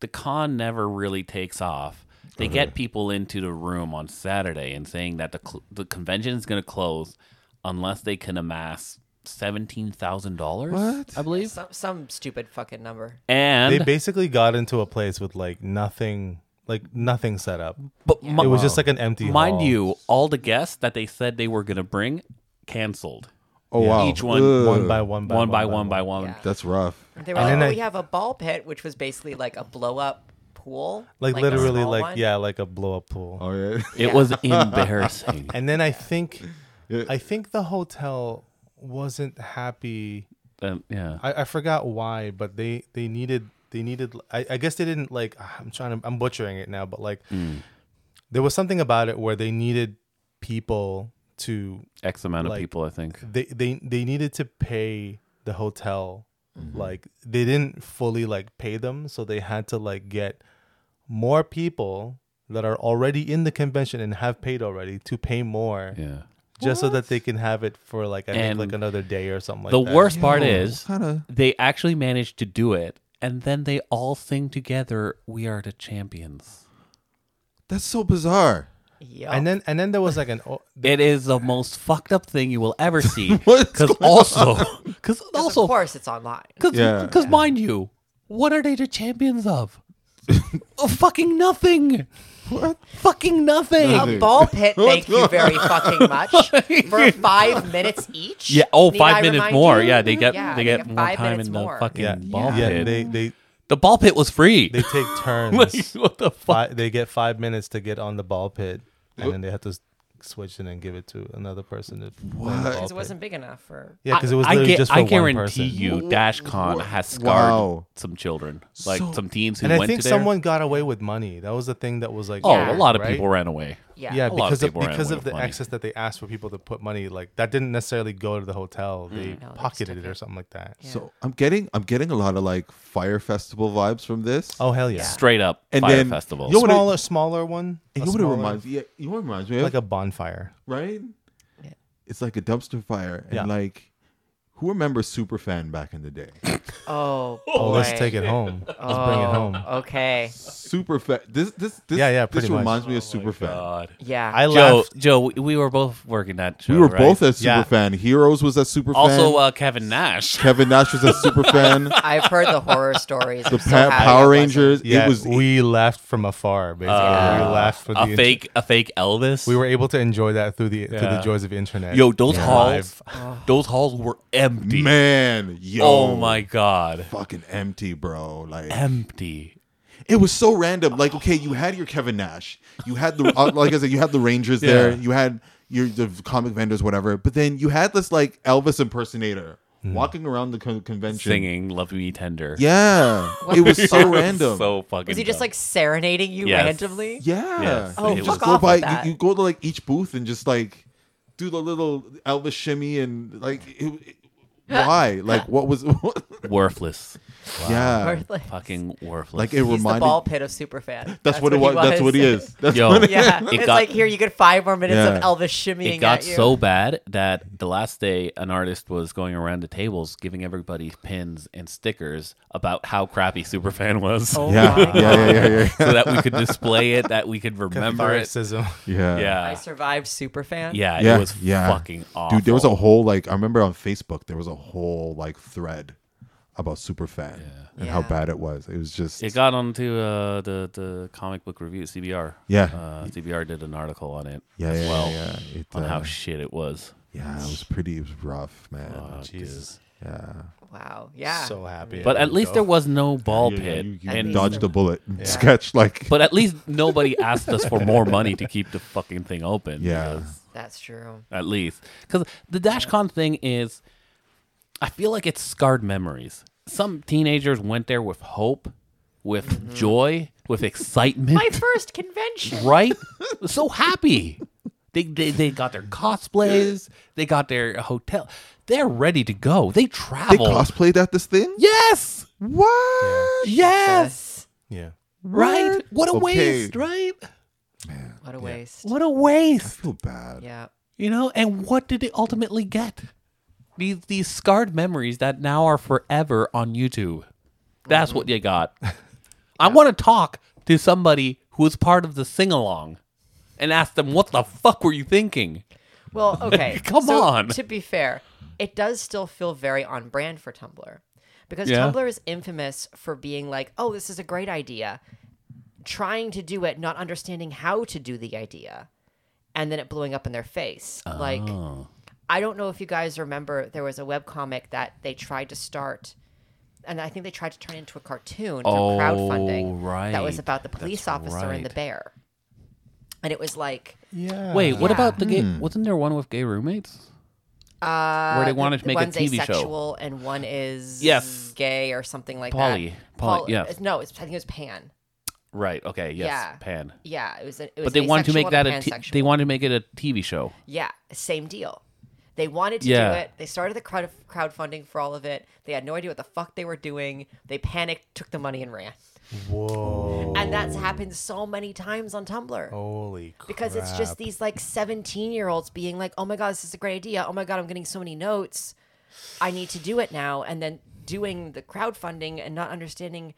Speaker 1: the con never really takes off. They get people into the room on Saturday and saying that the cl- the convention is going to close unless they can amass seventeen thousand dollars.
Speaker 3: What?
Speaker 1: I believe,
Speaker 4: Some, some stupid fucking number.
Speaker 1: and
Speaker 2: they basically got into a place with like nothing, like nothing set up.
Speaker 1: but mi-
Speaker 2: It was just like an empty.
Speaker 1: mind
Speaker 2: hall.
Speaker 1: you, all the guests that they said they were going to bring canceled.
Speaker 3: Oh wow.
Speaker 1: Each one-
Speaker 3: Ugh.
Speaker 2: one by one by
Speaker 1: one by one by one.
Speaker 4: Yeah.
Speaker 3: That's rough.
Speaker 4: They were
Speaker 2: And
Speaker 4: like,
Speaker 2: then
Speaker 4: oh,
Speaker 2: I-
Speaker 4: we have a ball pit, which was basically like a blow up pool.
Speaker 2: like,
Speaker 4: a
Speaker 2: literally
Speaker 4: small
Speaker 2: like
Speaker 4: one.
Speaker 2: yeah like a blow up pool
Speaker 3: Oh yeah.
Speaker 1: It was embarrassing.
Speaker 2: and then i think
Speaker 3: Yeah.
Speaker 2: i think the hotel wasn't happy
Speaker 1: Um, yeah.
Speaker 2: I, I forgot why, but they they needed they needed. I, I guess they didn't like. ah, I'm trying to. I'm butchering it now, but like, there was something about it where they needed people to
Speaker 1: X amount of
Speaker 2: like-
Speaker 1: people, I think.
Speaker 2: they they they needed to pay the hotel. Like they didn't fully like pay them, so they had to like get more people that are already in the convention and have paid already to pay more
Speaker 1: Yeah.
Speaker 2: just so that they can have it for like I
Speaker 1: And
Speaker 2: think like another day or something like
Speaker 1: the
Speaker 2: that.
Speaker 1: worst part
Speaker 3: Yo,
Speaker 1: is
Speaker 3: what kinda-
Speaker 1: they actually managed to do it, and then they all sing together, "We are the champions."
Speaker 3: That's so bizarre.
Speaker 4: Yup.
Speaker 2: And then and then there was like an o-
Speaker 1: It is the most fucked up thing you will ever see.
Speaker 3: What is
Speaker 1: Because
Speaker 3: going
Speaker 1: also, because
Speaker 4: 'Cause
Speaker 1: also,
Speaker 4: of course, it's online.
Speaker 1: because
Speaker 3: Yeah.
Speaker 1: mind you, what are they the champions of? oh, fucking nothing. What? Fucking nothing.
Speaker 4: A ball pit, thank you very fucking much. For five minutes each.
Speaker 1: Yeah. Oh,
Speaker 4: Need
Speaker 1: five
Speaker 4: I
Speaker 1: minutes
Speaker 4: remind
Speaker 1: more.
Speaker 4: you?
Speaker 1: Yeah, they get
Speaker 4: Yeah,
Speaker 1: they get more
Speaker 4: five
Speaker 1: time
Speaker 4: minutes
Speaker 1: in
Speaker 4: more.
Speaker 1: the fucking
Speaker 2: yeah,
Speaker 1: ball
Speaker 2: yeah,
Speaker 1: pit.
Speaker 2: they they
Speaker 1: the ball pit was free.
Speaker 2: they take turns.
Speaker 1: Like, what the fuck?
Speaker 2: Fi- they get five minutes to get on the ball pit, and then they have to s- switch it and give it to another person. To play in the ball
Speaker 4: Because it
Speaker 2: pit.
Speaker 4: wasn't big enough for.
Speaker 2: Yeah, because it was
Speaker 1: I,
Speaker 2: literally
Speaker 1: gu-
Speaker 2: just for
Speaker 1: I
Speaker 2: one
Speaker 1: guarantee
Speaker 2: person.
Speaker 1: you, DashCon has scarred
Speaker 3: Wow.
Speaker 1: some children, like
Speaker 3: So-
Speaker 1: some teens who
Speaker 2: and I
Speaker 1: went
Speaker 2: think
Speaker 1: to there.
Speaker 2: someone got away with money. That was the thing that was like,
Speaker 1: oh,
Speaker 4: Yeah.
Speaker 1: a lot of
Speaker 2: right?
Speaker 1: people ran away.
Speaker 4: Yeah.
Speaker 2: Yeah,
Speaker 1: A lot of
Speaker 2: because of,
Speaker 1: people ran
Speaker 2: because
Speaker 1: away with
Speaker 2: of the
Speaker 1: money.
Speaker 2: excess that they asked for people to put money, like that didn't necessarily go to the hotel. They
Speaker 4: Mm, No, they
Speaker 2: pocketed
Speaker 4: just
Speaker 2: it
Speaker 4: took
Speaker 2: or
Speaker 4: it.
Speaker 2: something like that.
Speaker 4: Yeah.
Speaker 3: So I'm getting I'm getting a lot of like fire festival vibes from this.
Speaker 2: Oh hell yeah!
Speaker 1: Straight up
Speaker 3: And
Speaker 1: fire
Speaker 3: then-
Speaker 1: festival.
Speaker 3: Yo, what it-
Speaker 2: Smaller, smaller one.
Speaker 3: And you know what
Speaker 2: A
Speaker 3: it
Speaker 2: smaller-
Speaker 3: reminds me? Yeah, you know what it reminds me of?
Speaker 2: Like a bonfire.
Speaker 3: right?
Speaker 4: Yeah.
Speaker 3: It's like a dumpster fire, and
Speaker 2: Yeah.
Speaker 3: like, who remembers Superfan back in the day?
Speaker 4: Oh, boy. Oh,
Speaker 2: Oh, let's take it home. Let's bring
Speaker 1: Oh.
Speaker 2: it home.
Speaker 4: Okay.
Speaker 3: Superfan. This this this
Speaker 2: Yeah, yeah,
Speaker 3: This
Speaker 2: pretty much.
Speaker 3: reminds me of
Speaker 4: Oh
Speaker 2: Oh,
Speaker 3: Superfan.
Speaker 4: Yeah.
Speaker 2: I
Speaker 1: Joe,
Speaker 2: laughed.
Speaker 1: Joe, we- we were both working that show.
Speaker 3: we were
Speaker 1: right?
Speaker 3: both at
Speaker 2: Yeah.
Speaker 3: Superfan. Heroes was at Superfan.
Speaker 1: also uh, Kevin Nash.
Speaker 3: Kevin Nash was at Superfan.
Speaker 4: I've heard the horror stories. The
Speaker 3: Pa- Power Rangers.
Speaker 2: Yeah,
Speaker 3: It was
Speaker 2: we laughed from afar. Basically, we laughed for the
Speaker 1: Uh, a
Speaker 2: ent-
Speaker 1: fake, a fake Elvis.
Speaker 2: We were able to enjoy that through the through
Speaker 1: Yeah.
Speaker 2: the joys of the internet.
Speaker 1: yo, those
Speaker 2: Yeah.
Speaker 1: halls, those halls were empty.
Speaker 3: man, yo,
Speaker 1: oh my god,
Speaker 3: fucking empty, bro. Like
Speaker 1: empty.
Speaker 3: It was so random. Like, okay, you had your Kevin Nash, you had the uh, like I said, you had the Rangers there,
Speaker 1: Yeah.
Speaker 3: you had your the comic vendors, whatever. But then you had this like Elvis impersonator walking around the con- convention,
Speaker 1: Hmm. Singing "Love Me Tender."
Speaker 3: Yeah, it was so random.
Speaker 1: so fucking.
Speaker 4: Was he just
Speaker 1: dumb.
Speaker 4: like serenading you
Speaker 1: Yes.
Speaker 4: randomly?
Speaker 3: yeah.
Speaker 1: Yes,
Speaker 4: Oh,
Speaker 1: it
Speaker 3: You
Speaker 1: was-
Speaker 4: fuck
Speaker 3: just go
Speaker 4: off
Speaker 3: by.
Speaker 4: with that.
Speaker 3: You, you go to like each booth and just like do the little Elvis shimmy and like it, it- why? Like what was?
Speaker 1: worthless?
Speaker 3: Yeah,
Speaker 4: Or, like,
Speaker 1: Fucking worthless.
Speaker 3: like it
Speaker 4: he's
Speaker 3: reminded.
Speaker 4: the ball pit of Superfan.
Speaker 3: that's, what it was. That's what he is. That's
Speaker 1: Yo,
Speaker 3: what it
Speaker 4: Yeah,
Speaker 1: It
Speaker 4: it's
Speaker 1: got-
Speaker 4: like here you get five more minutes
Speaker 3: Yeah.
Speaker 4: of Elvis shimmying
Speaker 1: it got
Speaker 4: at you.
Speaker 1: so bad that the last day an artist was going around the tables giving everybody pins and stickers about how crappy superfan was
Speaker 4: Oh
Speaker 3: Yeah,
Speaker 4: my
Speaker 3: yeah,
Speaker 4: God.
Speaker 3: yeah, yeah, yeah.
Speaker 1: so that we could display it that we could remember it
Speaker 2: Catharticism.
Speaker 3: Yeah.
Speaker 4: I
Speaker 1: yeah
Speaker 4: survived Superfan.
Speaker 1: yeah,
Speaker 3: Yeah,
Speaker 1: it was
Speaker 3: yeah.
Speaker 1: fucking awful
Speaker 3: Dude, there was a whole like I remember on Facebook there was a whole like thread about Superfan and how
Speaker 4: Yeah.
Speaker 3: bad it was. It was just
Speaker 1: it got onto uh, the the comic book review CBR.
Speaker 3: Yeah.
Speaker 1: uh, CBR did an article on it
Speaker 3: yeah,
Speaker 1: as
Speaker 3: yeah,
Speaker 1: well
Speaker 3: yeah, yeah. It,
Speaker 1: on
Speaker 3: uh,
Speaker 1: how shit it was.
Speaker 3: yeah, it was pretty it was rough, man.
Speaker 1: Oh,
Speaker 2: Jesus.
Speaker 3: yeah.
Speaker 4: Wow. Yeah.
Speaker 2: So happy.
Speaker 1: But
Speaker 2: I
Speaker 1: at
Speaker 2: could
Speaker 1: least
Speaker 2: go.
Speaker 1: there was no ball
Speaker 3: Yeah, yeah,
Speaker 1: pit,
Speaker 3: you, you
Speaker 1: and
Speaker 4: dog-
Speaker 3: dodged a bullet and sketch like
Speaker 1: but at least nobody asked us for more money to keep the fucking thing open.
Speaker 3: yeah.
Speaker 1: because-
Speaker 4: That's true.
Speaker 1: at least because the dashcon thing is i feel like it's scarred memories some teenagers went there with hope with joy with excitement
Speaker 4: My first convention.
Speaker 1: right so happy they, they, they got their cosplays they got their hotel they're ready to go they
Speaker 3: They
Speaker 1: travel
Speaker 3: cosplayed at this thing?
Speaker 1: yes
Speaker 3: What?
Speaker 1: yes
Speaker 2: Yeah.
Speaker 1: right what a
Speaker 3: Okay.
Speaker 1: waste right
Speaker 4: What a waste.
Speaker 1: what a waste
Speaker 3: I feel bad.
Speaker 4: Yeah.
Speaker 1: You know, and what did it ultimately get? These these scarred memories that now are forever on YouTube. That's what you got. I want to talk to somebody who was part of the sing along and ask them what the fuck were you thinking?
Speaker 4: Well, okay.
Speaker 1: Come
Speaker 4: So,
Speaker 1: on.
Speaker 4: To be fair, it does still feel very on brand for Tumblr because
Speaker 1: Yeah.
Speaker 4: Tumblr is infamous for being like, oh, this is a great idea, trying to do it, not
Speaker 1: Oh.
Speaker 4: understanding how to do the idea, and then it blowing up in their face. Like, I don't know if you guys remember there was a webcomic that they tried to start and I think they tried to turn into a cartoon through
Speaker 1: Oh,
Speaker 4: crowdfunding that was
Speaker 1: right.
Speaker 4: about the police
Speaker 1: That's
Speaker 4: officer and the
Speaker 1: right.
Speaker 4: bear. And it was like
Speaker 2: Yeah.
Speaker 1: Wait, what
Speaker 4: Yeah.
Speaker 1: about the gay? Wasn't there one with gay roommates?
Speaker 4: uh,
Speaker 1: Where they wanted to make a
Speaker 4: one's
Speaker 1: TV show.
Speaker 4: asexual and one is
Speaker 1: Yes.
Speaker 4: gay or something like
Speaker 1: Poly.
Speaker 4: that.
Speaker 1: Poly,
Speaker 4: Pol-
Speaker 1: yeah.
Speaker 4: it's- No, it's, I think it was Pan.
Speaker 1: Right. Okay. Yes.
Speaker 4: Yeah.
Speaker 1: Pan.
Speaker 4: Yeah, it was. It was
Speaker 1: But they wanted to make
Speaker 4: asexual
Speaker 1: that
Speaker 4: and
Speaker 1: a t-
Speaker 4: pansexual.
Speaker 1: they wanted to make it a TV show.
Speaker 4: Yeah, same deal. They wanted to
Speaker 1: Yeah.
Speaker 4: do it. They started the crowd crowdfunding for all of it. They had no idea what the fuck they were doing. They panicked, took the money, and ran.
Speaker 2: Whoa.
Speaker 4: And that's happened so many times on Tumblr.
Speaker 2: Holy crap.
Speaker 4: because it's just these like 17 year olds being like, oh my God, this is a great idea. Oh my God, I'm getting so many notes. I need to do it now. And then doing the crowdfunding and not understanding,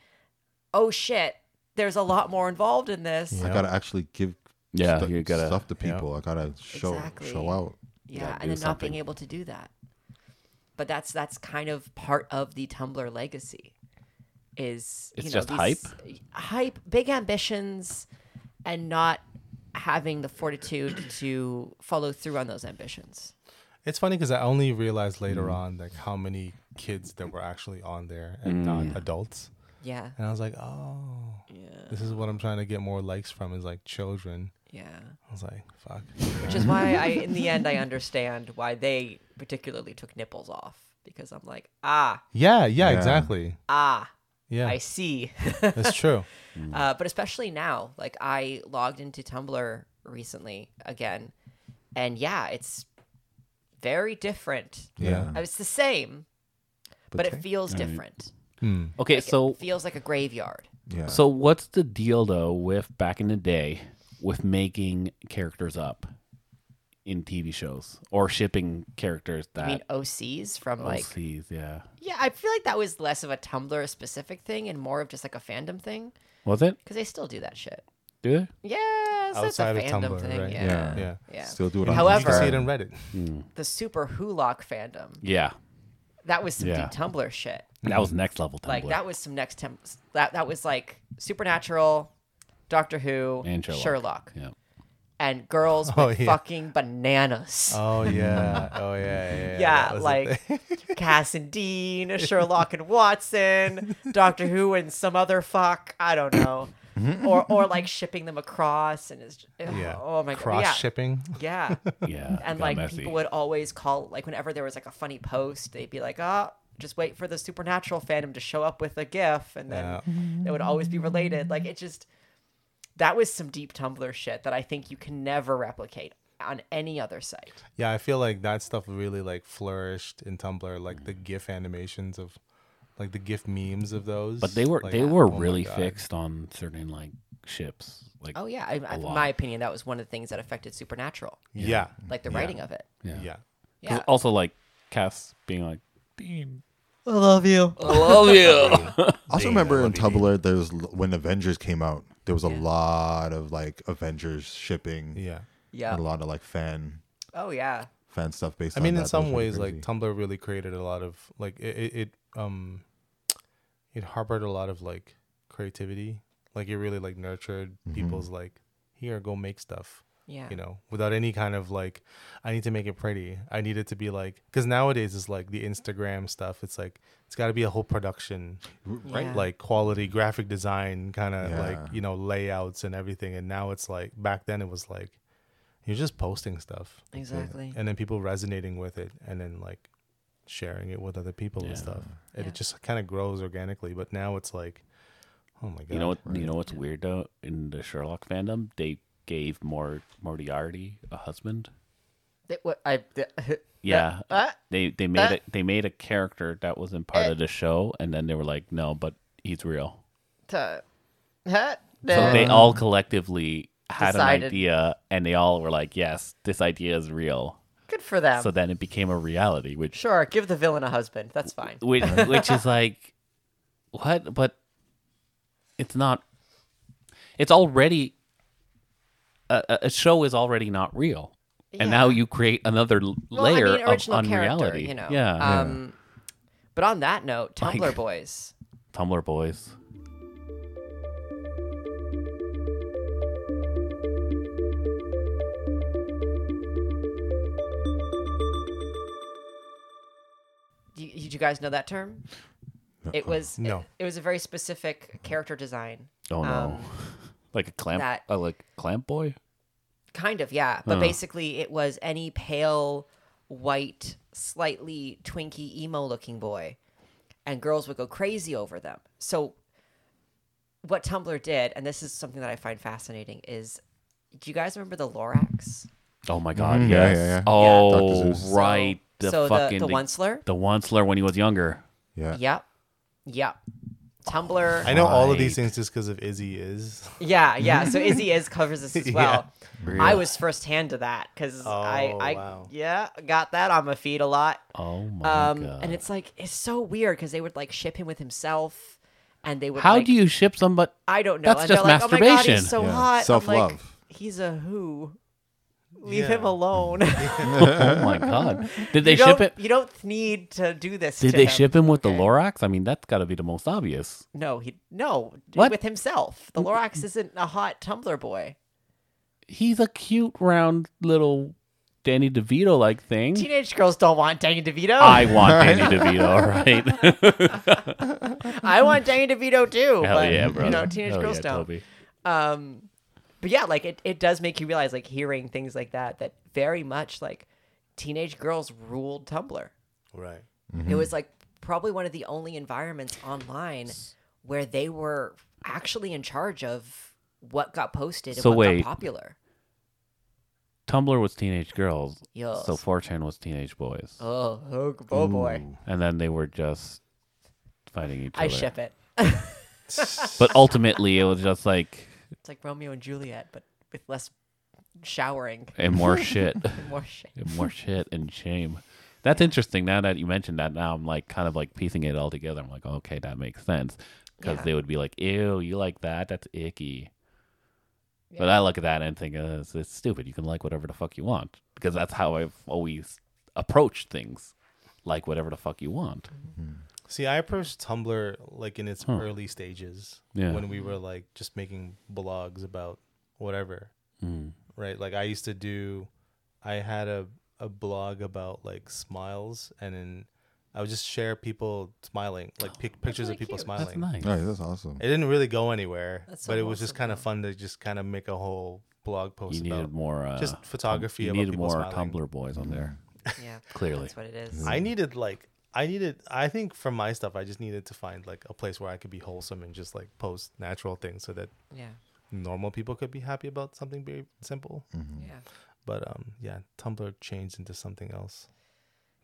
Speaker 4: oh shit, there's a lot more involved in this.
Speaker 3: I gotta actually give
Speaker 1: Yeah,
Speaker 3: stu-
Speaker 1: you gotta-
Speaker 3: stuff to people. I gotta show
Speaker 4: Exactly.
Speaker 3: show out.
Speaker 4: yeah,
Speaker 1: gotta do
Speaker 4: and then not
Speaker 1: something.
Speaker 4: being able to do that but that's that's kind of part of the tumblr legacy is
Speaker 1: It's
Speaker 4: you know,
Speaker 1: just
Speaker 4: these- hype big ambitions and not having the fortitude to follow through on those ambitions
Speaker 2: It's funny because I only realized later
Speaker 1: Mm.
Speaker 2: on like how many kids that were actually on there
Speaker 1: Mm.
Speaker 2: and not adults.
Speaker 4: yeah
Speaker 2: And I was like, oh,
Speaker 4: yeah
Speaker 2: this is what I'm trying to get more likes from is like children.
Speaker 4: yeah
Speaker 2: I was like, fuck.
Speaker 4: which is why i in the end i understand why they particularly took nipples off because i'm like ah
Speaker 2: Yeah, yeah,
Speaker 3: Yeah.
Speaker 2: exactly.
Speaker 4: ah
Speaker 2: Yeah,
Speaker 4: i see
Speaker 2: that's true.
Speaker 1: Mm.
Speaker 4: Uh, but especially now, like I logged into Tumblr recently again, and yeah, it's very different.
Speaker 2: Yeah.
Speaker 4: Uh, It's the same, but, it feels different.
Speaker 2: Mm.
Speaker 1: Okay,
Speaker 4: Like,
Speaker 1: so
Speaker 4: it feels like a graveyard.
Speaker 3: Yeah.
Speaker 1: so what's the deal though with back in the day with making characters up in TV shows or shipping characters
Speaker 4: I
Speaker 1: that
Speaker 4: mean, OCs from like,
Speaker 1: OCs, yeah.
Speaker 4: yeah, I feel like that was less of a Tumblr specific thing and more of just like a fandom thing
Speaker 1: Was it?
Speaker 4: because they still do that shit.
Speaker 1: Do they?
Speaker 4: Yeah, so it's a
Speaker 2: Outside of
Speaker 4: fandom
Speaker 2: Tumblr,
Speaker 4: thing.
Speaker 2: right?
Speaker 4: Yeah.
Speaker 3: Yeah.
Speaker 4: yeah,
Speaker 2: Yeah.
Speaker 3: Still do it. on
Speaker 2: You can see
Speaker 4: However-
Speaker 2: it on Reddit.
Speaker 4: the Super Hulock fandom
Speaker 1: Yeah.
Speaker 4: that was some
Speaker 1: Yeah.
Speaker 4: deep Tumblr shit.
Speaker 1: That was next level Tumblr.
Speaker 4: Mm-hmm. Like that was some next temp. That that was like Supernatural, Doctor Who,
Speaker 1: And Sherlock. yeah.
Speaker 4: and girls
Speaker 2: Oh,
Speaker 4: with
Speaker 2: yeah.
Speaker 4: fucking bananas.
Speaker 2: Oh yeah. Oh yeah. Yeah. that
Speaker 4: yeah,
Speaker 2: was the
Speaker 4: like
Speaker 2: thing.
Speaker 4: Cass and Dean, Sherlock and Watson, Doctor Who and some other fuck. I don't know. or or like shipping them across and it's
Speaker 2: yeah.
Speaker 4: oh my
Speaker 2: cross
Speaker 4: god yeah
Speaker 2: shipping.
Speaker 4: yeah
Speaker 1: Yeah. got
Speaker 4: and like
Speaker 1: messy.
Speaker 4: people would always call like whenever there was like a funny post they'd be like ah just wait for the supernatural fandom to show up with a gif and then
Speaker 2: Yeah.
Speaker 4: it would always be related like it just that was some deep tumblr shit that i think you can never replicate on any other site
Speaker 2: Yeah, I feel like that stuff really like flourished in Tumblr, like the GIF animations of, like the GIF memes of those.
Speaker 1: But they were
Speaker 2: like,
Speaker 1: they were
Speaker 2: oh my
Speaker 1: really
Speaker 2: God.
Speaker 1: fixed on certain like ships. Like
Speaker 4: oh yeah I, I, in
Speaker 1: lot.
Speaker 4: my opinion that was one of the things that affected supernatural
Speaker 2: Yeah.
Speaker 4: like the writing of it
Speaker 2: Yeah. yeah.
Speaker 4: yeah
Speaker 1: also like Cass being like Dean.
Speaker 4: i love you
Speaker 1: I love you.
Speaker 3: I also remember in Tumblr, there's l- when Avengers came out, there was a lot of like Avengers shipping.
Speaker 4: yeah
Speaker 3: And a lot of like fan
Speaker 4: oh yeah
Speaker 3: fan stuff based.
Speaker 2: I
Speaker 3: on
Speaker 2: mean,
Speaker 3: that.
Speaker 2: in
Speaker 3: That
Speaker 2: some
Speaker 3: was really
Speaker 2: ways, like
Speaker 3: crazy.
Speaker 2: Tumblr really created a lot of like it, it, it um, it harbored a lot of like creativity. Like it really like nurtured
Speaker 3: Mm-hmm.
Speaker 2: people's like here go make stuff.
Speaker 4: yeah
Speaker 2: you know, without any kind of like, I need to make it pretty. I need it to be like, because nowadays it's like the Instagram stuff. It's like it's got to be a whole production,
Speaker 4: right? Yeah.
Speaker 2: Like quality graphic design, kind of
Speaker 3: Yeah.
Speaker 2: like you know layouts and everything. And now it's like back then it was like you're just posting stuff,
Speaker 4: exactly
Speaker 2: and then people resonating with it, and then like sharing it with other people and stuff. And
Speaker 4: Yeah.
Speaker 2: it just kind of grows organically. But now it's like, oh my god,
Speaker 1: You know what? You know what's weird though? In the Sherlock fandom, they gave Mor- Moriarty a husband.
Speaker 4: That- what, I, that-
Speaker 1: Yeah,
Speaker 4: uh,
Speaker 1: they they made it. They made a character that wasn't part
Speaker 4: Eh.
Speaker 1: of the show, and then they were like, "No, but he's real."
Speaker 4: uh, huh,
Speaker 1: So
Speaker 4: uh,
Speaker 1: they all collectively had
Speaker 4: Decided.
Speaker 1: an idea, and they all were like, "Yes, this idea is real."
Speaker 4: good for them
Speaker 1: So then it became a reality, which
Speaker 4: Sure, give the villain a husband. That's fine.
Speaker 1: which, which is like, what? But it's not. It's already a, a- a show is already not real, and now you create another l- layer of unreality.
Speaker 4: you know.
Speaker 1: yeah.
Speaker 4: Um, But on that note, Tumblr
Speaker 1: Like-
Speaker 4: boys.
Speaker 1: Tumblr boys.
Speaker 4: Did you guys know that term? It was
Speaker 2: No.
Speaker 4: It, it was a very specific character design.
Speaker 1: Don't know.
Speaker 4: Um,
Speaker 1: like a clamp,
Speaker 4: that-
Speaker 1: uh, like clamp boy.
Speaker 4: Kind of, yeah. But basically, it was any pale, white, slightly twinky emo looking boy, and girls would go crazy over them. So, what Tumblr did, and this is something that I find fascinating, is do you guys remember the Lorax?
Speaker 1: Oh my god,
Speaker 3: Mhm. Yeah,
Speaker 1: yes.
Speaker 3: yeah, yeah.
Speaker 1: Oh
Speaker 3: Dr. Seuss.
Speaker 1: right, the
Speaker 4: so
Speaker 1: fucking
Speaker 4: the, the
Speaker 1: the,
Speaker 4: Onceler.
Speaker 1: the Onceler when he was younger.
Speaker 3: Yeah.
Speaker 4: Yep. Yep. Tumblr.
Speaker 2: I know all of these
Speaker 1: Right.
Speaker 2: things just because of Izzy is.
Speaker 4: Yeah, yeah. So Izzy is covers this as
Speaker 2: Yeah.
Speaker 4: well. I was firsthand to that because I,
Speaker 2: Oh,
Speaker 4: I
Speaker 2: wow.
Speaker 4: yeah, got that on my feed a lot.
Speaker 1: Oh my
Speaker 4: Um,
Speaker 1: god.
Speaker 4: and it's like it's so weird because they would like ship him with himself, and they would.
Speaker 1: How
Speaker 4: like-
Speaker 1: do you ship somebody?
Speaker 4: I don't know.
Speaker 1: That's
Speaker 4: and
Speaker 1: just
Speaker 4: they're like, Oh my god,
Speaker 1: masturbation."
Speaker 4: he's so
Speaker 3: Yeah.
Speaker 4: hot. Self-love.
Speaker 3: Self-love.
Speaker 4: he's a who. Leave
Speaker 2: Yeah.
Speaker 4: him alone.
Speaker 1: Oh my god. Did they
Speaker 4: you
Speaker 1: ship
Speaker 4: don't,
Speaker 1: it?
Speaker 4: You don't need to do this.
Speaker 1: Did
Speaker 4: to
Speaker 1: they
Speaker 4: him.
Speaker 1: ship him with the
Speaker 4: okay?
Speaker 1: Lorax? I mean, that's got to be the most obvious.
Speaker 4: No, he no d-
Speaker 1: What?
Speaker 4: with himself. The Lorax isn't a hot Tumblr boy.
Speaker 1: He's a cute, round little Danny DeVito like thing.
Speaker 4: Teenage girls don't want Danny DeVito.
Speaker 1: I want Danny DeVito, all right?
Speaker 4: I want Danny DeVito too.
Speaker 1: Hell
Speaker 4: but,
Speaker 1: yeah, bro.
Speaker 4: You know, teenage
Speaker 1: Hell
Speaker 4: girls
Speaker 1: yeah,
Speaker 4: don't.
Speaker 1: Toby.
Speaker 4: Um, but yeah, like it, it does make you realize, like hearing things like that, that very much like teenage girls ruled Tumblr.
Speaker 2: Right.
Speaker 1: Mm-hmm.
Speaker 4: It was like probably one of the only environments online where they were actually in charge of what got posted and
Speaker 1: So
Speaker 4: what
Speaker 1: wait.
Speaker 4: got popular.
Speaker 1: Tumblr was teenage girls.
Speaker 4: Yes.
Speaker 1: So 4chan was teenage boys.
Speaker 4: Oh, oh, oh boy.
Speaker 1: And then they were just fighting each other.
Speaker 4: I ship it.
Speaker 1: But ultimately, it was just like,
Speaker 4: It's like Romeo and Juliet, but with less showering
Speaker 1: and more shit.
Speaker 4: and more shit.
Speaker 1: and more shit and shame. That's interesting. Now that you mentioned that, now I'm like kind of like piecing it all together. I'm like, okay, that makes sense because
Speaker 4: Yeah.
Speaker 1: they would be like, "Ew, you like that? That's icky." But I look at that and think, uh, it's, it's stupid. You can like whatever the fuck you want because that's how I've always approached things. Like whatever the fuck you want.
Speaker 2: See, I approached Tumblr like in its
Speaker 1: Huh.
Speaker 2: early stages
Speaker 1: Yeah.
Speaker 2: when we were like just making blogs about whatever,
Speaker 1: Mm.
Speaker 2: right? Like I used to do, I had a, a blog about like smiles, and then I would just share people smiling, like pic- pictures
Speaker 4: really
Speaker 2: of people
Speaker 4: cute. That's
Speaker 1: That's
Speaker 2: smiling.
Speaker 1: nice.
Speaker 3: All right, that's awesome.
Speaker 2: It didn't really go anywhere,
Speaker 4: That's so
Speaker 2: but it was just
Speaker 4: awesome,
Speaker 2: kind of
Speaker 4: though.
Speaker 2: fun to just kind of make a whole blog post
Speaker 1: You
Speaker 2: about
Speaker 1: needed more. Uh,
Speaker 2: just photography
Speaker 1: You
Speaker 2: about
Speaker 1: needed
Speaker 2: people
Speaker 1: more
Speaker 2: smiling.
Speaker 1: Tumblr boys on there.
Speaker 4: Yeah,
Speaker 1: Clearly.
Speaker 4: that's what it is.
Speaker 2: I needed like I needed I think for my stuff I just needed to find like a place where I could be wholesome and just like post natural things so that
Speaker 4: Yeah,
Speaker 2: normal people could be happy about something very simple.
Speaker 1: Mm.
Speaker 4: yeah,
Speaker 2: But um yeah, Tumblr changed into something else.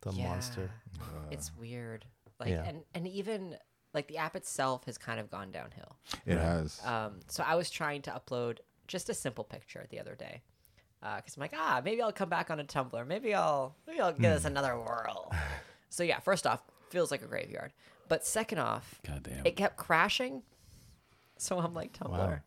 Speaker 2: The
Speaker 4: yeah.
Speaker 2: monster. Uh,
Speaker 4: It's weird. Like,
Speaker 2: Yeah.
Speaker 4: and and even like the app itself has kind of gone downhill.
Speaker 3: It has.
Speaker 4: Um, so I was trying to upload just a simple picture the other day because I'm like, ah, maybe I'll come back on a Tumblr. Maybe I'll maybe I'll give
Speaker 2: Hmm.
Speaker 4: this another whirl. so yeah, first off, feels like a graveyard. But second off,
Speaker 1: Goddamn.
Speaker 4: it kept crashing. So I'm like, Tumblr,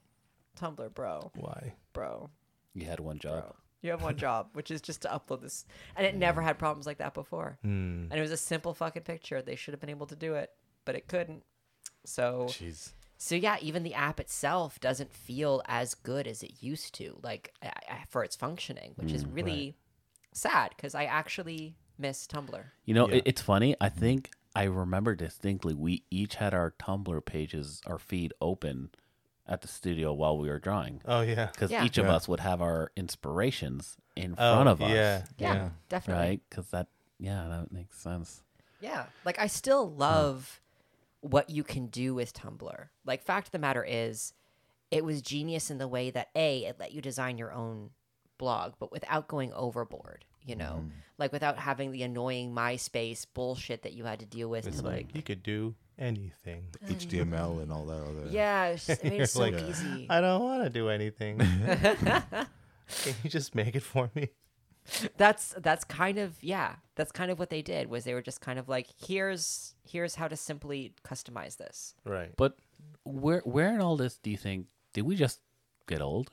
Speaker 4: Tumblr, bro,
Speaker 2: Why?
Speaker 4: bro,
Speaker 1: You had one job.
Speaker 4: bro. You have one job, which is just to upload this, and it never had problems like that before. And it was a simple fucking picture. They should have been able to do it, but it couldn't. So
Speaker 2: Jeez.
Speaker 4: so yeah, even the app itself doesn't feel as good as it used to, like I- I- for its functioning, which is really sad because I actually miss Tumblr.
Speaker 1: You know,
Speaker 2: Yeah.
Speaker 1: it, it's funny. I think I remember distinctly we each had our Tumblr pages, our feed open at the studio while we were drawing
Speaker 2: Oh yeah.
Speaker 1: because
Speaker 4: Yeah.
Speaker 1: each of
Speaker 3: Yeah.
Speaker 1: us would have our inspirations in
Speaker 2: Oh,
Speaker 1: front of us.
Speaker 2: Yeah.
Speaker 4: Yeah,
Speaker 2: Yeah.
Speaker 4: definitely.
Speaker 1: Right? Because that, yeah, that makes sense.
Speaker 4: Yeah. Like I still love what you can do with Tumblr. Like fact of the matter is it was genius in the way that A, it let you design your own blog, but without going overboard, you know?
Speaker 2: Mm-hmm.
Speaker 4: Like without having the annoying MySpace bullshit that you had to deal with
Speaker 2: It's
Speaker 4: to
Speaker 2: like
Speaker 4: like,
Speaker 2: you could do anything.
Speaker 3: HTML and all that other.
Speaker 4: Yeah, it's just, it made it so
Speaker 2: uh, Like, uh,
Speaker 4: easy.
Speaker 2: I don't want to do anything. Can you just make it for me?
Speaker 4: that's that's kind of yeah that's kind of what they did was they were just kind of like here's here's how to simply customize this
Speaker 2: Right.
Speaker 1: But where, where in all this do you think, did we just get old?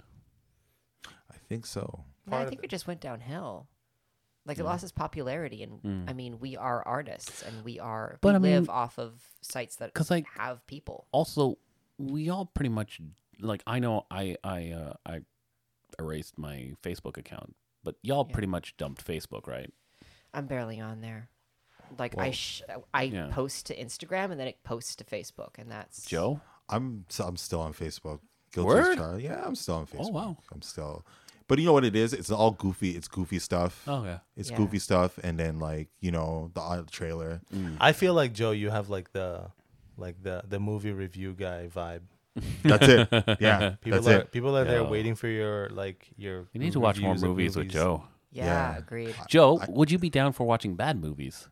Speaker 3: I think so.
Speaker 4: Yeah, I
Speaker 2: Part of
Speaker 4: think it just went downhill. Like it lost its popularity, and I mean, we are artists, and we are
Speaker 1: But
Speaker 4: we
Speaker 1: I mean-
Speaker 4: live off of sites that
Speaker 1: 'Cause, like-
Speaker 4: have people.
Speaker 1: also we all pretty much like i know i i uh, i erased my facebook account but y'all pretty much dumped facebook right
Speaker 4: I'm barely on there. Like I sh- I
Speaker 1: Yeah.
Speaker 4: post to Instagram and then it posts to Facebook and that's
Speaker 1: Joe?
Speaker 3: I'm so I'm still on Facebook. Guilty
Speaker 1: Word?
Speaker 3: as charged. Yeah, I'm still on
Speaker 2: Oh,
Speaker 3: Facebook.
Speaker 1: wow.
Speaker 3: I'm still. But you know what it is? It's all goofy. It's goofy stuff.
Speaker 1: Oh, yeah.
Speaker 3: It's
Speaker 4: Yeah.
Speaker 3: goofy stuff, and then like you know the odd trailer.
Speaker 2: I feel like Joe, you have like the like the the movie review guy vibe.
Speaker 3: That's it. Yeah,
Speaker 2: People
Speaker 3: that's
Speaker 2: are
Speaker 3: it.
Speaker 2: people are there
Speaker 1: Yeah.
Speaker 2: waiting for your like your.
Speaker 1: We need to watch more
Speaker 2: reviews of
Speaker 1: movies, with Joe.
Speaker 4: Yeah,
Speaker 3: Yeah.
Speaker 4: agreed.
Speaker 1: Joe, would you be down for watching bad movies?